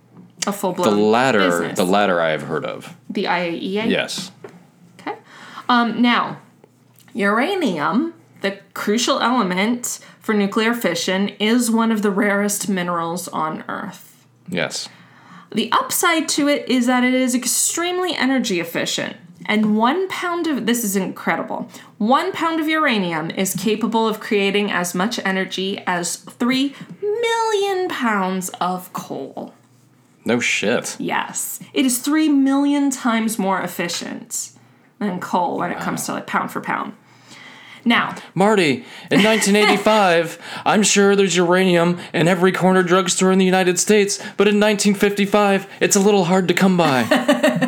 [SPEAKER 1] a full
[SPEAKER 3] The
[SPEAKER 1] blown
[SPEAKER 3] latter,
[SPEAKER 1] business.
[SPEAKER 3] the latter I have heard of.
[SPEAKER 1] the E IAEA.
[SPEAKER 3] Yes.
[SPEAKER 1] Okay. Um, now, uranium, the crucial element for nuclear fission, is one of the rarest minerals on Earth.
[SPEAKER 3] Yes.
[SPEAKER 1] The upside to it is that it is extremely energy efficient. And one pound of this is incredible. One pound of uranium is capable of creating as much energy as three million pounds of coal.
[SPEAKER 3] No shit.
[SPEAKER 1] Yes, it is three million times more efficient than coal when it comes to like pound for pound. Now, (laughs)
[SPEAKER 3] Marty, in 1985, I'm sure there's uranium in every corner drugstore in the United States, but in 1955, it's a little hard to come by.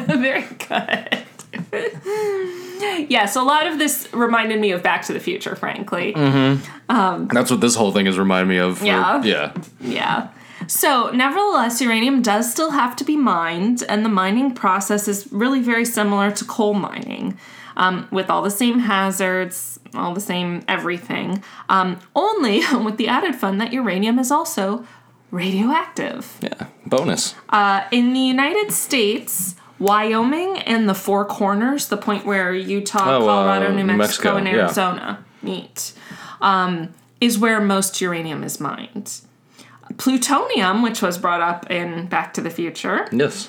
[SPEAKER 1] Very good. (laughs) yes, a lot of this reminded me of Back to the Future, frankly.
[SPEAKER 3] That's what this whole thing is reminding me of. for-
[SPEAKER 1] Yeah.
[SPEAKER 3] Yeah.
[SPEAKER 1] Yeah. So, nevertheless, uranium does still have to be mined, and the mining process is really very similar to coal mining, um, with all the same hazards, all the same everything, um, only (laughs) with the added fun that uranium is also radioactive.
[SPEAKER 3] Yeah. Bonus.
[SPEAKER 1] In the United States, Wyoming and the Four Corners, the point where Utah,
[SPEAKER 3] Oh, uh,
[SPEAKER 1] Colorado, New
[SPEAKER 3] New
[SPEAKER 1] Mexico,
[SPEAKER 3] Mexico,
[SPEAKER 1] and
[SPEAKER 3] yeah.
[SPEAKER 1] Arizona meet, um, is where most uranium is mined. Plutonium, which was brought up in Back to the Future,
[SPEAKER 3] Yes.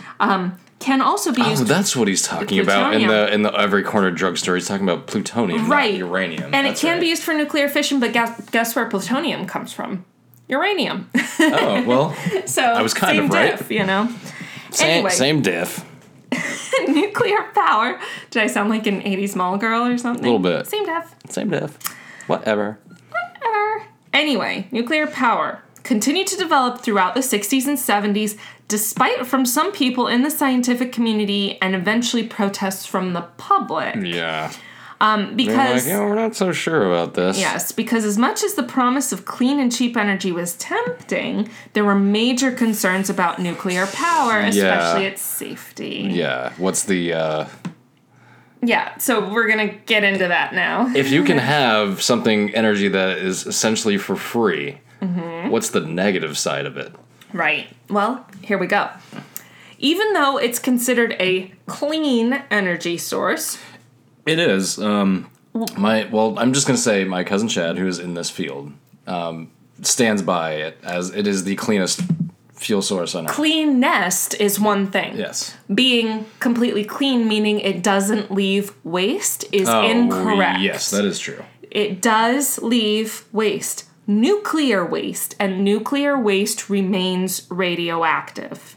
[SPEAKER 1] can also be
[SPEAKER 3] Oh,
[SPEAKER 1] used.
[SPEAKER 3] that's what he's talking about in
[SPEAKER 1] Plutonium.
[SPEAKER 3] the in the every corner drugstore. He's talking about plutonium,
[SPEAKER 1] Right.
[SPEAKER 3] not uranium.
[SPEAKER 1] and it
[SPEAKER 3] That's
[SPEAKER 1] can
[SPEAKER 3] right.
[SPEAKER 1] be used for nuclear fission, but guess, guess where plutonium comes from? Uranium. (laughs)
[SPEAKER 3] Oh well,
[SPEAKER 1] so
[SPEAKER 3] I was kind
[SPEAKER 1] same
[SPEAKER 3] of right.
[SPEAKER 1] diff, you know. (laughs)
[SPEAKER 3] same
[SPEAKER 1] Anyway.
[SPEAKER 3] same diff.
[SPEAKER 1] Nuclear power. Did I sound like an '80s mall girl or something?
[SPEAKER 3] Little bit.
[SPEAKER 1] Same diff.
[SPEAKER 3] Same diff. Whatever.
[SPEAKER 1] Ever. Anyway, nuclear power continued to develop throughout the 60s and 70s, despite from some people in the scientific community and eventually protests from the public.
[SPEAKER 3] Yeah.
[SPEAKER 1] Um,
[SPEAKER 3] They're Mm, like,
[SPEAKER 1] because
[SPEAKER 3] yeah, we're not so sure about this.
[SPEAKER 1] Yes, because as much as the promise of clean and cheap energy was tempting, there were major concerns about nuclear power, especially its safety.
[SPEAKER 3] Yeah. What's the uh
[SPEAKER 1] Yeah, so we're going to get into that now.
[SPEAKER 3] if you can have something energy that is essentially for free,
[SPEAKER 1] Mm-hmm.
[SPEAKER 3] what's the negative side of it?
[SPEAKER 1] Right. Well, here we go. Even though it's considered a clean energy source,
[SPEAKER 3] It is. Um, my well, I'm just gonna say my cousin Chad, who is in this field, um, stands by it as it is the cleanest fuel source on earth.
[SPEAKER 1] clean nest is one thing.
[SPEAKER 3] Yes.
[SPEAKER 1] Being completely clean, meaning it doesn't leave waste, is
[SPEAKER 3] Oh,
[SPEAKER 1] incorrect.
[SPEAKER 3] Yes, that is true.
[SPEAKER 1] it does leave waste, nuclear waste, and nuclear waste remains radioactive.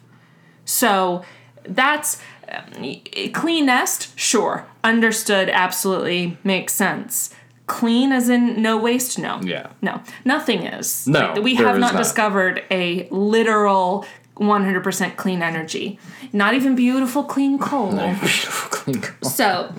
[SPEAKER 1] So that's um, clean nest, sure, understood, absolutely makes sense. Clean as in no waste, no.
[SPEAKER 3] Yeah.
[SPEAKER 1] No, nothing is.
[SPEAKER 3] No,
[SPEAKER 1] we
[SPEAKER 3] there
[SPEAKER 1] have
[SPEAKER 3] is
[SPEAKER 1] not,
[SPEAKER 3] not.
[SPEAKER 1] discovered a literal 100% clean energy. Not even beautiful clean coal.
[SPEAKER 3] Beautiful (laughs) clean coal.
[SPEAKER 1] So,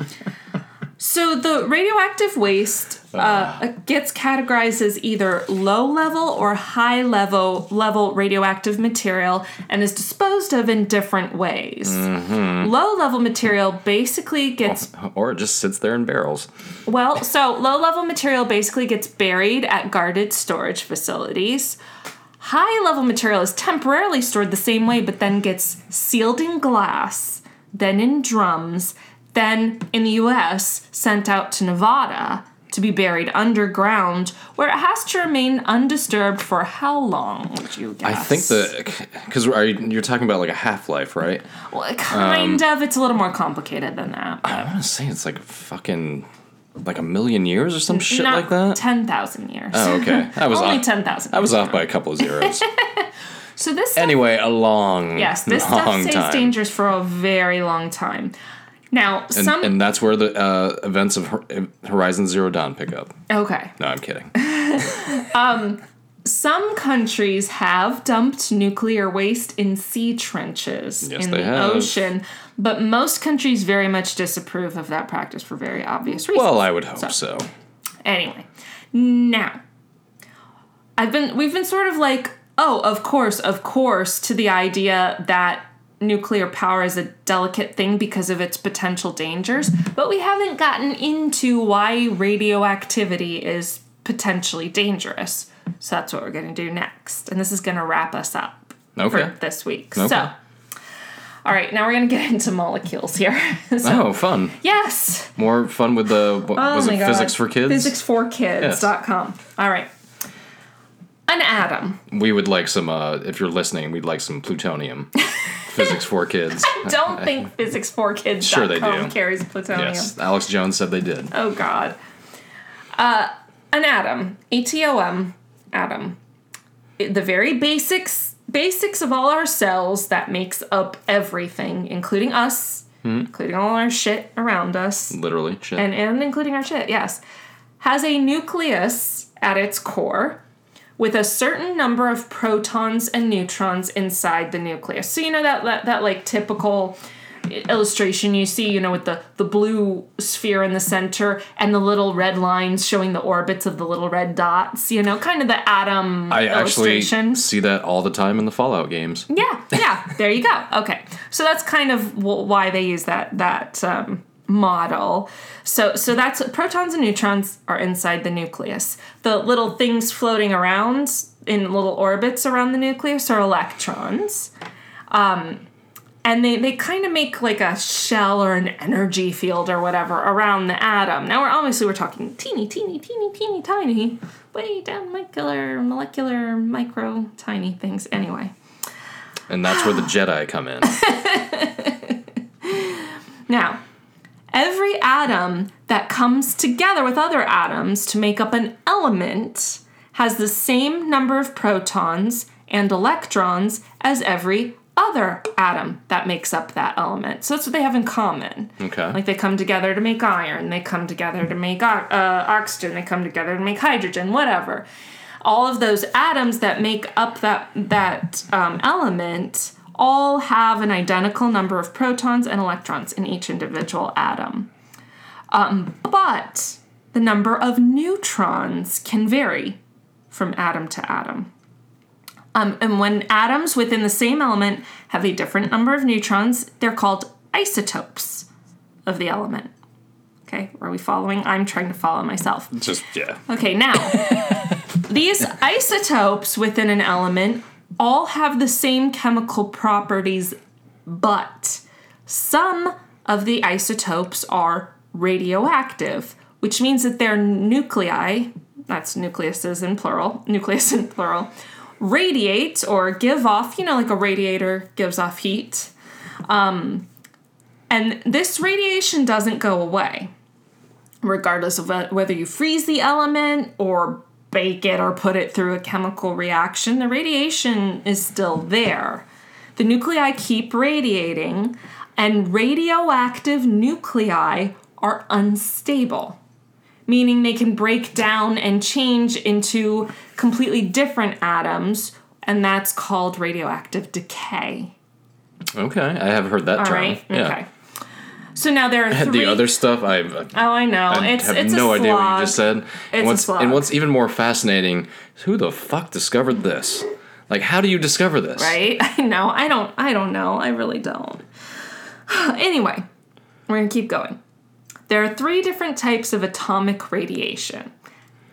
[SPEAKER 1] so the radioactive waste uh, gets categorized as either low level or high level level radioactive material, and is disposed of in different ways. Low level material basically gets
[SPEAKER 3] Or it just sits there in barrels.
[SPEAKER 1] well, so low level material basically gets buried at guarded storage facilities. High level material is temporarily stored the same way, but then gets sealed in glass, then in drums, then in the US, sent out to Nevada to be buried underground, where it has to remain undisturbed for how long would you guess?
[SPEAKER 3] I think the because are you, you're talking about like a half life, right?
[SPEAKER 1] Well, kind
[SPEAKER 3] um,
[SPEAKER 1] of. It's a little more complicated than that.
[SPEAKER 3] I want to say it's like fucking like a million years or some shit
[SPEAKER 1] Not
[SPEAKER 3] like that.
[SPEAKER 1] 10,000 years.
[SPEAKER 3] oh, okay. I was
[SPEAKER 1] Only
[SPEAKER 3] off.
[SPEAKER 1] 10,000.
[SPEAKER 3] I was off by a couple
[SPEAKER 1] (laughs)
[SPEAKER 3] of zeros.
[SPEAKER 1] So this
[SPEAKER 3] anyway, a long, (laughs)
[SPEAKER 1] Yes, this
[SPEAKER 3] long
[SPEAKER 1] stuff stays
[SPEAKER 3] time.
[SPEAKER 1] dangerous for a very long time. Now,
[SPEAKER 3] And,
[SPEAKER 1] some
[SPEAKER 3] and that's where the uh, events of Hor- Horizon Zero Dawn pick up.
[SPEAKER 1] okay,
[SPEAKER 3] No,
[SPEAKER 1] (laughs)
[SPEAKER 3] I'm kidding.
[SPEAKER 1] some countries have dumped nuclear waste in sea trenches
[SPEAKER 3] Yes,
[SPEAKER 1] in
[SPEAKER 3] they
[SPEAKER 1] the
[SPEAKER 3] have.
[SPEAKER 1] ocean, but most countries very much disapprove of that practice for very obvious reasons.
[SPEAKER 3] Well, I would hope so.
[SPEAKER 1] Anyway, now I've been we've been sort of like, oh, of course, of course, to the idea that nuclear power is a delicate thing because of its potential dangers, but we haven't gotten into why radioactivity is potentially dangerous. So that's what we're going to do next. And this is going to wrap us up
[SPEAKER 3] Okay.
[SPEAKER 1] for this week.
[SPEAKER 3] Okay.
[SPEAKER 1] So all right, now we're going to get into molecules here. (laughs) so,
[SPEAKER 3] Oh, fun!
[SPEAKER 1] yes.
[SPEAKER 3] More fun with the what,
[SPEAKER 1] Oh
[SPEAKER 3] was it physics for kids?
[SPEAKER 1] Physics4kids.com. All right. An
[SPEAKER 3] (laughs)
[SPEAKER 1] atom.
[SPEAKER 3] We would like some. Uh, if you're listening, we'd like some
[SPEAKER 1] (laughs)
[SPEAKER 3] plutonium. physics for kids.
[SPEAKER 1] Don't think physics4kids.com
[SPEAKER 3] Sure they do.
[SPEAKER 1] carries plutonium.
[SPEAKER 3] Yes, Alex Jones said they did.
[SPEAKER 1] Oh, God. Uh, an atom. E A-T-O-M. Atom. It- The very basics basics of all our cells that makes up everything, including us,
[SPEAKER 3] Hmm?
[SPEAKER 1] including all our shit around us.
[SPEAKER 3] Literally, shit.
[SPEAKER 1] and, and including our shit, yes, has a nucleus at its core with a certain number of protons and neutrons inside the nucleus. So you know that that, that like typical illustration you see, you know, with the, the blue sphere in the center and the little red lines showing the orbits of the little red dots, you know, kind of the atom
[SPEAKER 3] I actually
[SPEAKER 1] illustration.
[SPEAKER 3] see that all the time in the Fallout games.
[SPEAKER 1] Yeah, yeah. There you go. Okay, so that's kind of wh- why they use that that um, model. So so that's protons and neutrons are inside the nucleus. The little things floating around in little orbits around the nucleus are electrons. Um, and they, they kind of make like a shell or an energy field or whatever around the atom. Now we're obviously we're talking teeny, teeny, teeny, teeny, tiny, way down molecular, molecular, micro, tiny things. Anyway.
[SPEAKER 3] And
[SPEAKER 1] (gasps)
[SPEAKER 3] that's where the Jedi
[SPEAKER 1] (laughs)
[SPEAKER 3] come in.
[SPEAKER 1] Now, every atom that comes together with other atoms to make up an element has the same number of protons and electrons as every other atom that makes up that element. So that's what they have in common.
[SPEAKER 3] Okay.
[SPEAKER 1] Like they come together to make iron, they come together to make o- uh, oxygen, they come together to make hydrogen, whatever. All of those atoms that make up that that um, element all have an identical number of protons and electrons in each individual atom. Um, but the number of neutrons can vary from atom to atom. Um, and when atoms within the same element have a different number of neutrons, they're called isotopes of the element. Okay, are we following? I'm trying to follow myself.
[SPEAKER 3] Just yeah.
[SPEAKER 1] Okay, now these isotopes within an element all have the same chemical properties, but some of the isotopes are radioactive, which means that their nuclei, that's nucleuses in plural, (laughs) nucleus in plural, radiate or give off, you know, like a radiator gives off heat. Um, and this radiation doesn't go away regardless of whe- whether you freeze the element or bake it or put it through a chemical reaction, the radiation is still there. The nuclei keep radiating, and radioactive nuclei are unstable, meaning they can break down and change into completely different atoms, and that's called radioactive decay.
[SPEAKER 3] Okay, I have heard that
[SPEAKER 1] All
[SPEAKER 3] term.
[SPEAKER 1] right?
[SPEAKER 3] Yeah.
[SPEAKER 1] Okay. So now there are three.
[SPEAKER 3] The other stuff I, I
[SPEAKER 1] oh, I know.
[SPEAKER 3] I
[SPEAKER 1] it's
[SPEAKER 3] have
[SPEAKER 1] it's
[SPEAKER 3] no
[SPEAKER 1] a
[SPEAKER 3] idea what you
[SPEAKER 1] slog.
[SPEAKER 3] just said.
[SPEAKER 1] It's a
[SPEAKER 3] and, what's,
[SPEAKER 1] slog.
[SPEAKER 3] and what's even more fascinating is who the fuck discovered this? Like, how do you discover this?
[SPEAKER 1] right? (laughs) I know. I don't. I don't know. I really don't. (sighs) anyway, we're gonna keep going. There are three different types of atomic radiation: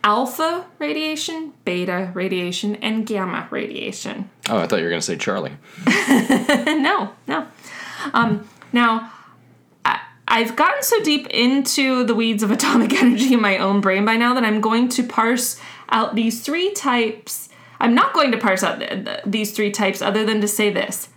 [SPEAKER 1] alpha radiation, beta radiation, and gamma radiation.
[SPEAKER 3] Oh, I thought you were going to say Charlie.
[SPEAKER 1] no, no. Um, now, I, I've gotten so deep into the weeds of (laughs) atomic energy in my own brain by now that I'm going to parse out these three types. I'm not going to parse out th- th- these three types other than to say this,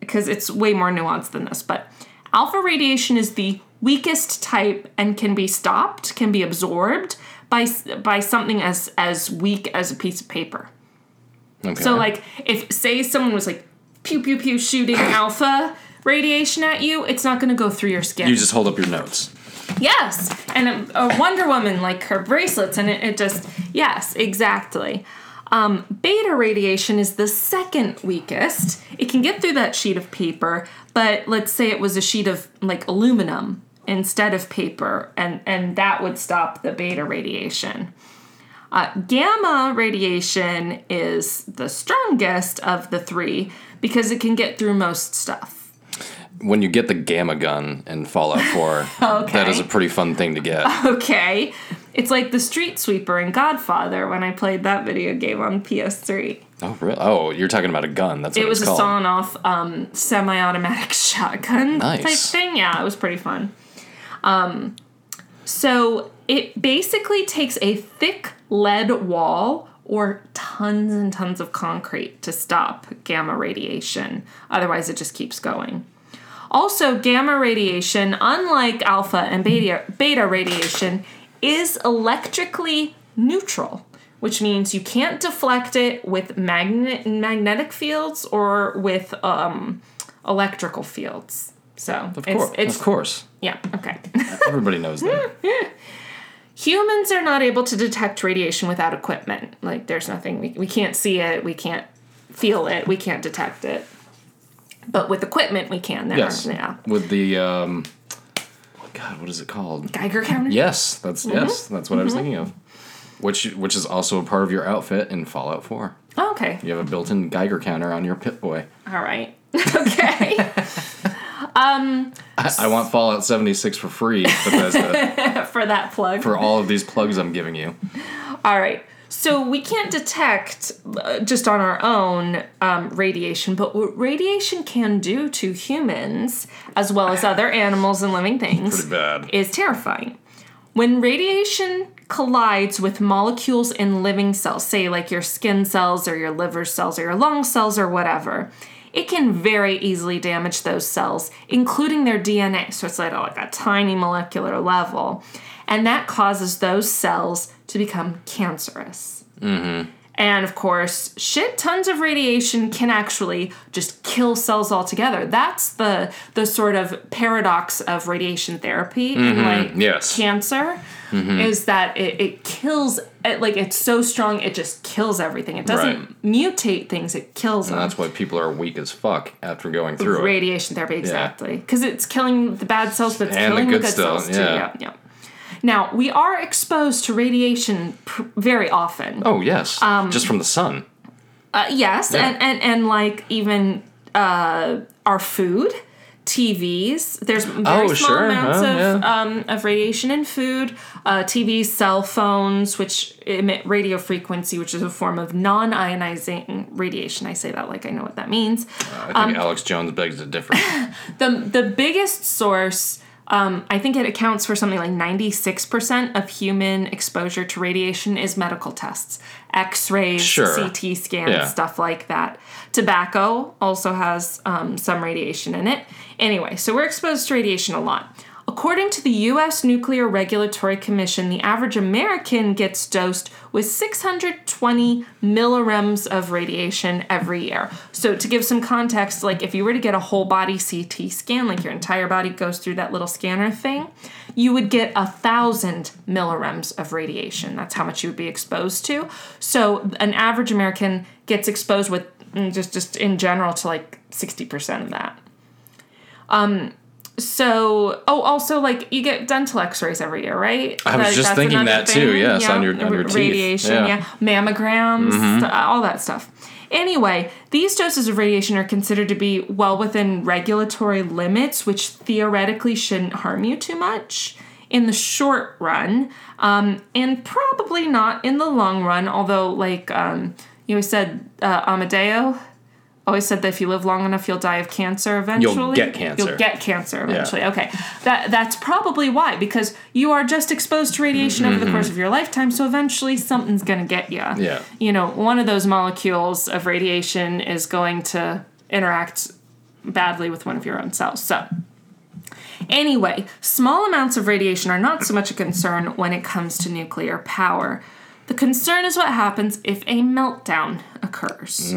[SPEAKER 1] because it's way more nuanced than this. But alpha radiation is the weakest type and can be stopped, can be absorbed by s- by something as as weak as a piece of paper.
[SPEAKER 3] Okay.
[SPEAKER 1] So like if say someone was like pew pew pew shooting (laughs) alpha radiation at you, it's not going to go through your skin.
[SPEAKER 3] you just hold up your notes.
[SPEAKER 1] yes. And a, a Wonder Woman like her bracelets and it, it just yes, exactly. Um, beta radiation is the second weakest. It can get through that sheet of paper, but let's say it was a sheet of like aluminum instead of paper and and that would stop the beta radiation. Uh, gamma radiation is the strongest of the three because it can get through most stuff.
[SPEAKER 3] When you get the gamma gun in Fallout (laughs) 4, that is a pretty fun thing
[SPEAKER 1] (laughs)
[SPEAKER 3] to get.
[SPEAKER 1] Okay? It's like the street sweeper in Godfather when I played that video game on PS3.
[SPEAKER 3] oh, really? Oh, you're talking about a gun. That's what
[SPEAKER 1] It was a
[SPEAKER 3] called.
[SPEAKER 1] sawn off um, semi automatic (laughs) shotgun type
[SPEAKER 3] Nice.
[SPEAKER 1] thing. Yeah, it was pretty fun. Um, so it basically takes a thick lead wall or tons and tons of concrete to stop gamma radiation. Otherwise, it just keeps going. Also, gamma radiation, unlike alpha and beta, beta radiation, is electrically neutral, which means you can't deflect it with magnet, magnetic fields or with um, electrical fields. So, it's,
[SPEAKER 3] Of, cour-
[SPEAKER 1] it's
[SPEAKER 3] of course.
[SPEAKER 1] yeah, okay. (laughs)
[SPEAKER 3] Everybody knows that.
[SPEAKER 1] Humans are not able to detect radiation without equipment. Like, there's nothing, we, we can't see it, we can't feel it, we can't detect it. But with equipment, we can. There,
[SPEAKER 3] yes.
[SPEAKER 1] are, yeah.
[SPEAKER 3] With the, um, God, what is it called?
[SPEAKER 1] Geiger counter.
[SPEAKER 3] Yes, that's
[SPEAKER 1] Mm-hmm.
[SPEAKER 3] yes, that's what I was thinking of. Which which is also a part of your outfit in Fallout 4.
[SPEAKER 1] Oh, okay.
[SPEAKER 3] You have a built-in Geiger counter on your Pip Boy.
[SPEAKER 1] All right. (laughs)
[SPEAKER 3] (laughs)
[SPEAKER 1] Okay.
[SPEAKER 3] I, I want Fallout 76 for free (laughs) Bethesda,
[SPEAKER 1] For that plug.
[SPEAKER 3] for all of these plugs I'm giving you.
[SPEAKER 1] All right. So we can't detect uh, just on our own um, radiation, but what radiation can do to humans, as well as
[SPEAKER 3] (sighs)
[SPEAKER 1] other animals and living things,
[SPEAKER 3] Pretty bad.
[SPEAKER 1] is terrifying. When radiation collides with molecules in living cells, say like your skin cells or your liver cells or your lung cells or whatever, it can very easily damage those cells, including their DNA. So it's like at like a tiny molecular level. And that causes those cells to become cancerous. And of course, shit tons of radiation can actually just kill cells altogether. That's the the sort of paradox of radiation therapy and like
[SPEAKER 3] yes.
[SPEAKER 1] cancer.
[SPEAKER 3] Mm-hmm.
[SPEAKER 1] is that it, it kills it, like it's so strong it just kills everything. It doesn't
[SPEAKER 3] Right.
[SPEAKER 1] mutate things; it kills them.
[SPEAKER 3] And that's why people are weak as fuck after going through it.
[SPEAKER 1] radiation therapy exactly because it's killing the bad cells but it's
[SPEAKER 3] And the
[SPEAKER 1] killing the
[SPEAKER 3] good
[SPEAKER 1] good,
[SPEAKER 3] cells,
[SPEAKER 1] cells too
[SPEAKER 3] yeah.
[SPEAKER 1] yeah yeah now we are exposed to radiation pr- very often
[SPEAKER 3] Oh yes,
[SPEAKER 1] Um,
[SPEAKER 3] just from the sun.
[SPEAKER 1] uh, yes
[SPEAKER 3] Yeah.
[SPEAKER 1] and, and and like even uh, our food TVs. There's very small
[SPEAKER 3] Oh, sure,
[SPEAKER 1] amounts
[SPEAKER 3] huh,
[SPEAKER 1] of,
[SPEAKER 3] yeah.
[SPEAKER 1] um, of radiation in food. Uh, TVs, cell phones, which emit radio frequency, which is a form of non-ionizing radiation. I say that like I know what that means.
[SPEAKER 3] Uh, I
[SPEAKER 1] um,
[SPEAKER 3] think Alex Jones begs
[SPEAKER 1] (laughs)
[SPEAKER 3] to differ.
[SPEAKER 1] the the biggest source um, I think it accounts for something like 96% of human exposure to radiation is medical tests, x rays,
[SPEAKER 3] Sure.
[SPEAKER 1] CT scans,
[SPEAKER 3] Yeah.
[SPEAKER 1] stuff like that. Tobacco also has um, some radiation in it. Anyway, so we're exposed to radiation a lot. According to the U.S. Nuclear Regulatory Commission, the average American gets dosed with 620 millirems of radiation every year. So, to give some context, like if you were to get a whole body CT scan, like your entire body goes through that little scanner thing, you would get a thousand millirems of radiation. That's how much you would be exposed to. So, an average American gets exposed with mm, just just in general to like 60% of that. So, oh, also like you get dental X-rays every year, right?
[SPEAKER 3] I was
[SPEAKER 1] Like,
[SPEAKER 3] just
[SPEAKER 1] that's
[SPEAKER 3] thinking
[SPEAKER 1] another
[SPEAKER 3] that too, yes, on your- on your teeth,
[SPEAKER 1] radiation,
[SPEAKER 3] yeah. Mm-hmm.
[SPEAKER 1] yeah, mammograms, st- all that stuff. Anyway, these doses of radiation are considered to be well within regulatory limits, which theoretically shouldn't harm you too much in the short run, um, and probably not in the long run. Although, like um, you always said, uh, Amadeo always said that if you live long enough, you'll die of cancer eventually.
[SPEAKER 3] get cancer.
[SPEAKER 1] You'll get cancer eventually. Okay, that that's probably why because you are just exposed to radiation over the course of your lifetime, so eventually something's going to get you.
[SPEAKER 3] Yeah.
[SPEAKER 1] you know, one of those molecules of radiation is going to interact badly with one of your own cells. So. Anyway, small amounts of radiation are not so much a concern when it comes to nuclear power. The concern is what happens if a meltdown occurs.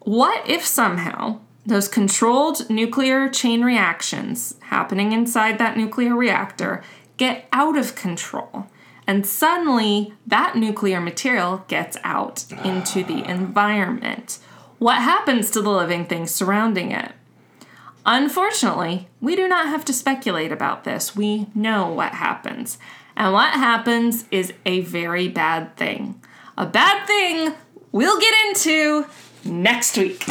[SPEAKER 1] What if somehow those controlled nuclear chain reactions happening inside that nuclear reactor get out of control? And suddenly that nuclear material gets out into the environment. What happens to the living things surrounding it? Unfortunately, we do not have to speculate about this. We know what happens. And what happens is a very bad thing. A bad thing we'll get into next week.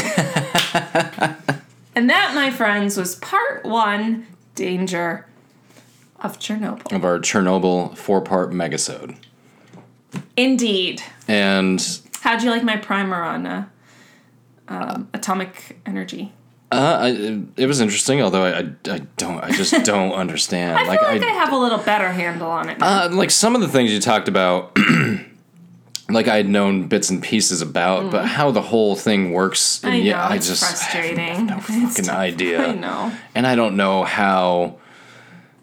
[SPEAKER 1] and that, my friends, was part one danger of Chernobyl.
[SPEAKER 3] of our Chernobyl four-part megasode.
[SPEAKER 1] Indeed.
[SPEAKER 3] And
[SPEAKER 1] How'd you like my primer on uh, um, atomic energy?
[SPEAKER 3] Uh, I, it was interesting, although I, I, I don't,
[SPEAKER 1] (laughs)
[SPEAKER 3] I just don't understand.
[SPEAKER 1] I feel like I, have a little better handle on it. now.
[SPEAKER 3] uh, like some of the things you talked about, (clears throat) like I had known bits and pieces about, but how the whole thing works, and
[SPEAKER 1] Mm. I know,
[SPEAKER 3] yeah, I
[SPEAKER 1] it's
[SPEAKER 3] just
[SPEAKER 1] frustrating. (laughs)
[SPEAKER 3] I have no fucking idea.
[SPEAKER 1] I know.
[SPEAKER 3] And I don't know how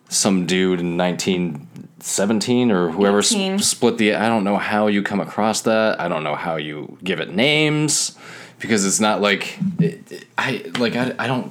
[SPEAKER 3] some dude in 1917 or whoever s-
[SPEAKER 1] 18.
[SPEAKER 3] split the. I don't know how you come across that. I don't know how you give it names because it's not like it, it- I like I, I don't.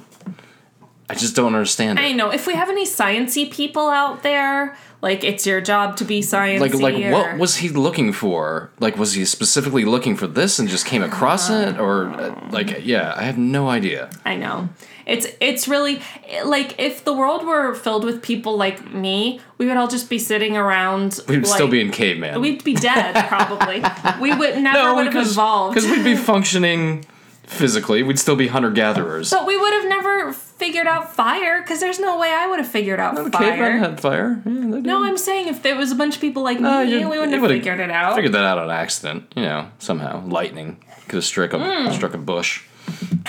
[SPEAKER 3] I just don't understand
[SPEAKER 1] I
[SPEAKER 3] it.
[SPEAKER 1] know. If we have any sciency people out there, like it's your job to be sciencey.
[SPEAKER 3] Like like
[SPEAKER 1] or-
[SPEAKER 3] what was he looking for? Like was he specifically looking for this and just came across
[SPEAKER 1] Uh-huh.
[SPEAKER 3] it or uh, like yeah, I have no idea.
[SPEAKER 1] I know. It's it's really like if the world were filled with people like me, we would all just be sitting around.
[SPEAKER 3] We'd
[SPEAKER 1] like,
[SPEAKER 3] still be in caveman.
[SPEAKER 1] We'd be dead
[SPEAKER 3] (laughs)
[SPEAKER 1] probably. we would never would have evolved. (laughs)
[SPEAKER 3] because we'd be functioning physically. We'd still be hunter gatherers.
[SPEAKER 1] But we would have never figured out fire because there's no way I would have figured out
[SPEAKER 3] The cavemen
[SPEAKER 1] fire.
[SPEAKER 3] had fire. Yeah, they
[SPEAKER 1] no,
[SPEAKER 3] did.
[SPEAKER 1] I'm saying if there was a bunch of people like
[SPEAKER 3] Uh,
[SPEAKER 1] me,
[SPEAKER 3] you-
[SPEAKER 1] we wouldn't
[SPEAKER 3] they
[SPEAKER 1] have
[SPEAKER 3] would've
[SPEAKER 1] figured it out.
[SPEAKER 3] Figured that out on accident, you know, somehow. Lightning could have struck a
[SPEAKER 1] Hmm.
[SPEAKER 3] struck
[SPEAKER 1] (laughs)
[SPEAKER 3] a bush.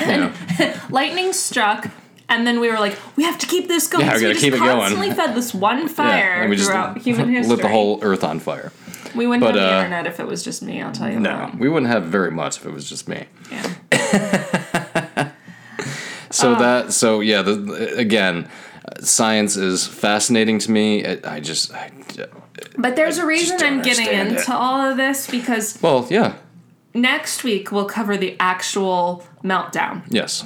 [SPEAKER 3] You know.
[SPEAKER 1] lightning struck and then we were like we have to keep this going
[SPEAKER 3] Yeah, we
[SPEAKER 1] so
[SPEAKER 3] gotta
[SPEAKER 1] just
[SPEAKER 3] keep it going.
[SPEAKER 1] constantly fed
[SPEAKER 3] (laughs)
[SPEAKER 1] this one
[SPEAKER 3] Yeah,
[SPEAKER 1] fire
[SPEAKER 3] and we just (laughs)
[SPEAKER 1] throughout human history
[SPEAKER 3] lit the whole earth on fire.
[SPEAKER 1] we wouldn't
[SPEAKER 3] but,
[SPEAKER 1] have the
[SPEAKER 3] uh,
[SPEAKER 1] internet if it was just me i'll tell you
[SPEAKER 3] No, we wouldn't have very much if it was just me.
[SPEAKER 1] that yeah.
[SPEAKER 3] (laughs)
[SPEAKER 1] Uh.
[SPEAKER 3] So that, so yeah, the- the, again, uh, science is fascinating to me. I, I just, I,
[SPEAKER 1] but there's a reason
[SPEAKER 3] don't
[SPEAKER 1] i'm getting
[SPEAKER 3] understand
[SPEAKER 1] into
[SPEAKER 3] it.
[SPEAKER 1] all of this because
[SPEAKER 3] well, yeah,
[SPEAKER 1] next week we'll cover the actual meltdown
[SPEAKER 3] yes,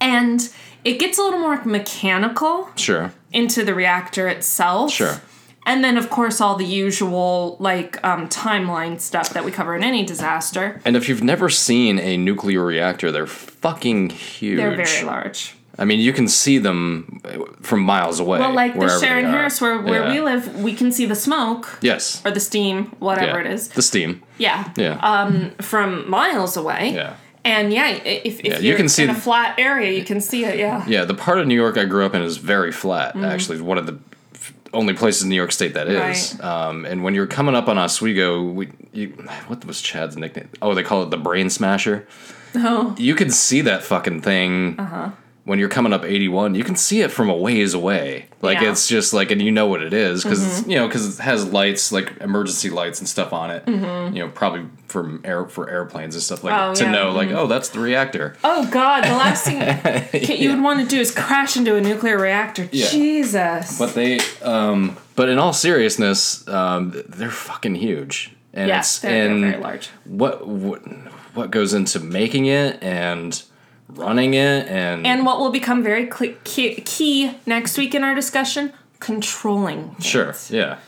[SPEAKER 1] and it gets a little more mechanical
[SPEAKER 3] sure,
[SPEAKER 1] into the reactor itself
[SPEAKER 3] sure.
[SPEAKER 1] And then, of course, all the usual like um, timeline stuff that we cover in any disaster.
[SPEAKER 3] And if you've never seen a nuclear reactor, they're fucking huge.
[SPEAKER 1] They're very large.
[SPEAKER 3] I mean, you can see them uh, from miles away.
[SPEAKER 1] Well, like the
[SPEAKER 3] wherever they
[SPEAKER 1] Sharon
[SPEAKER 3] are.
[SPEAKER 1] Harris, where, where
[SPEAKER 3] Yeah.
[SPEAKER 1] we live, we can see the smoke
[SPEAKER 3] Yes.
[SPEAKER 1] or the steam, whatever
[SPEAKER 3] Yeah.
[SPEAKER 1] it is. Uh,
[SPEAKER 3] The steam.
[SPEAKER 1] Yeah.
[SPEAKER 3] Yeah.
[SPEAKER 1] From miles away.
[SPEAKER 3] yeah.
[SPEAKER 1] And yeah, i- if, if
[SPEAKER 3] Yeah, you
[SPEAKER 1] you're
[SPEAKER 3] can see
[SPEAKER 1] in a
[SPEAKER 3] the-
[SPEAKER 1] flat area, you can see it.
[SPEAKER 3] (laughs)
[SPEAKER 1] Yeah.
[SPEAKER 3] Yeah, the part of New York I grew up in is very flat.
[SPEAKER 1] Mm-hmm.
[SPEAKER 3] Actually, one of the f- only places in New York State that is.
[SPEAKER 1] Right.
[SPEAKER 3] Um, and when you're coming up on Oswego, we you, what was Chad's nickname? Oh, they call it the Brain Smasher.
[SPEAKER 1] Oh. Uh-huh.
[SPEAKER 3] You can see that fucking thing. When you're coming up 81, you can see it from a ways away. Like
[SPEAKER 1] Yeah. Mm-hmm.
[SPEAKER 3] it's just like, and you know what it is because it's you know because it has lights like emergency lights and stuff on it. You know, probably from air for airplanes and stuff like
[SPEAKER 1] Mm-hmm. Oh,
[SPEAKER 3] to
[SPEAKER 1] yeah.
[SPEAKER 3] know like oh that's the reactor.
[SPEAKER 1] Oh God! The last
[SPEAKER 3] (laughs)
[SPEAKER 1] thing you would want to do is crash into a nuclear reactor.
[SPEAKER 3] Yeah.
[SPEAKER 1] Jesus.
[SPEAKER 3] But they, um, but in all seriousness, um, they're fucking huge, and
[SPEAKER 1] Yeah,
[SPEAKER 3] it's
[SPEAKER 1] they're- they're
[SPEAKER 3] and
[SPEAKER 1] very large.
[SPEAKER 3] What what what goes into making it and running it and,
[SPEAKER 1] and what will become very cl- key, key next week in our discussion: controlling.
[SPEAKER 3] sure, yeah,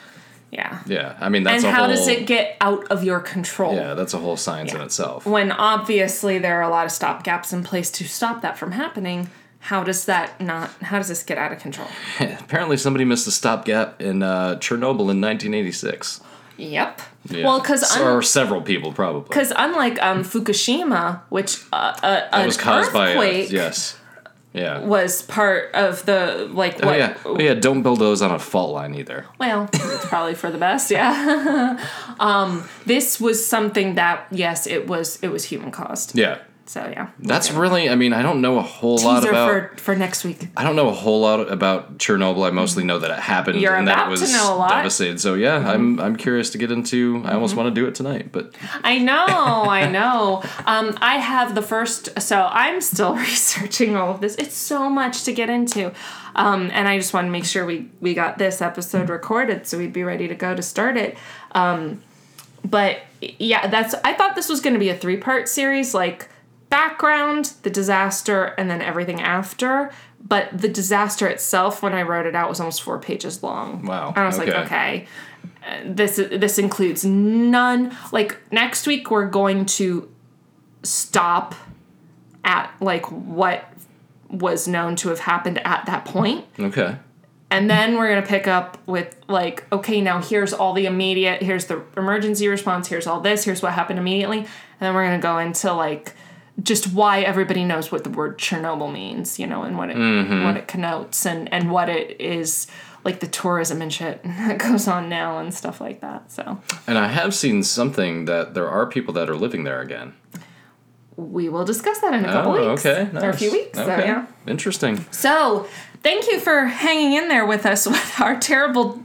[SPEAKER 1] Yeah.
[SPEAKER 3] yeah. I mean, that's
[SPEAKER 1] and
[SPEAKER 3] a
[SPEAKER 1] how
[SPEAKER 3] whole,
[SPEAKER 1] does it get out of your control?
[SPEAKER 3] Yeah, that's a whole science in itself. (laughs)
[SPEAKER 1] When obviously there are a lot of stopgaps in place to stop that from happening. How does that not? How does this get out of control?
[SPEAKER 3] Apparently, somebody missed a stopgap in uh, Chernobyl in 1986.
[SPEAKER 1] Yep.
[SPEAKER 3] Yeah.
[SPEAKER 1] Well, because
[SPEAKER 3] or several people probably.
[SPEAKER 1] because unlike um, Fukushima, which uh, uh,
[SPEAKER 3] It
[SPEAKER 1] an
[SPEAKER 3] was caused by a-
[SPEAKER 1] earthquake
[SPEAKER 3] yes, yeah.
[SPEAKER 1] was part of the like what?
[SPEAKER 3] Oh yeah, oh yeah. Don't build those on a fault line either.
[SPEAKER 1] Well, it's probably for the best. Yeah. (laughs) um, this was something that yes, it was it was human caused.
[SPEAKER 3] Yeah,
[SPEAKER 1] So yeah.
[SPEAKER 3] That's really. I mean, I don't know a whole lot
[SPEAKER 1] Teaser
[SPEAKER 3] about.
[SPEAKER 1] for for next week.
[SPEAKER 3] I don't know a whole lot about Chernobyl. I mostly know that it happened
[SPEAKER 1] You're
[SPEAKER 3] and that
[SPEAKER 1] about
[SPEAKER 3] it was
[SPEAKER 1] to know a lot. Mm-hmm.
[SPEAKER 3] devastated. So yeah, I'm I'm curious to get into. I almost want to do it tonight, but
[SPEAKER 1] I know,
[SPEAKER 3] (laughs)
[SPEAKER 1] I know. Um, I have the first, so I'm still (laughs) researching all of this. It's so much to get into, um, and I just want to make sure we we got this episode recorded so we'd be ready to go to start it. Um, but yeah, that's. I thought this was going to be a three part series, like background, the disaster, and then everything after. But the disaster itself, when I wrote it out, was almost four pages long.
[SPEAKER 3] Wow,
[SPEAKER 1] And I was
[SPEAKER 3] okay.
[SPEAKER 1] like, okay, uh, this this includes none like next week we're going to stop at like what was known to have happened at that point
[SPEAKER 3] okay.
[SPEAKER 1] and then we're going to pick up with like okay now here's all the immediate here's the emergency response here's all this here's what happened immediately and then we're going to go into like just why everybody knows what the word chernobyl means you know and what it
[SPEAKER 3] Mm-hmm.
[SPEAKER 1] what it connotes and and what it is like the tourism and shit (laughs) that goes on now and stuff like that so
[SPEAKER 3] And I have seen something that there are people that are living there again.
[SPEAKER 1] we will discuss that in a couple
[SPEAKER 3] oh,
[SPEAKER 1] weeks
[SPEAKER 3] okay.
[SPEAKER 1] or a
[SPEAKER 3] nice.
[SPEAKER 1] few weeks so
[SPEAKER 3] Okay.
[SPEAKER 1] yeah
[SPEAKER 3] Interesting.
[SPEAKER 1] So, thank you for hanging in there with us (laughs) with our terrible,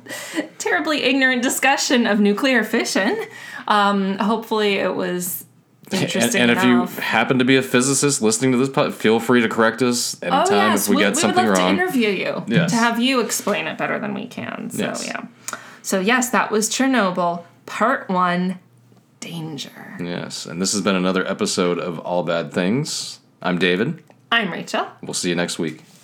[SPEAKER 1] terribly ignorant discussion of nuclear fission. Um, hopefully, it was
[SPEAKER 3] And,
[SPEAKER 1] interesting
[SPEAKER 3] and if you
[SPEAKER 1] enough.
[SPEAKER 3] happen to be a physicist listening to this, pod, feel free to correct us anytime
[SPEAKER 1] oh yes,
[SPEAKER 3] if we,
[SPEAKER 1] we,
[SPEAKER 3] get
[SPEAKER 1] we
[SPEAKER 3] something
[SPEAKER 1] would love
[SPEAKER 3] wrong.
[SPEAKER 1] to interview you
[SPEAKER 3] Yes.
[SPEAKER 1] to have you explain it better than we can. So
[SPEAKER 3] Yes.
[SPEAKER 1] yeah. So yes, that was Chernobyl Part One, Danger.
[SPEAKER 3] yes. And this has been another episode of All Bad Things. I'm David.
[SPEAKER 1] I'm Rachel.
[SPEAKER 3] We'll see you next week.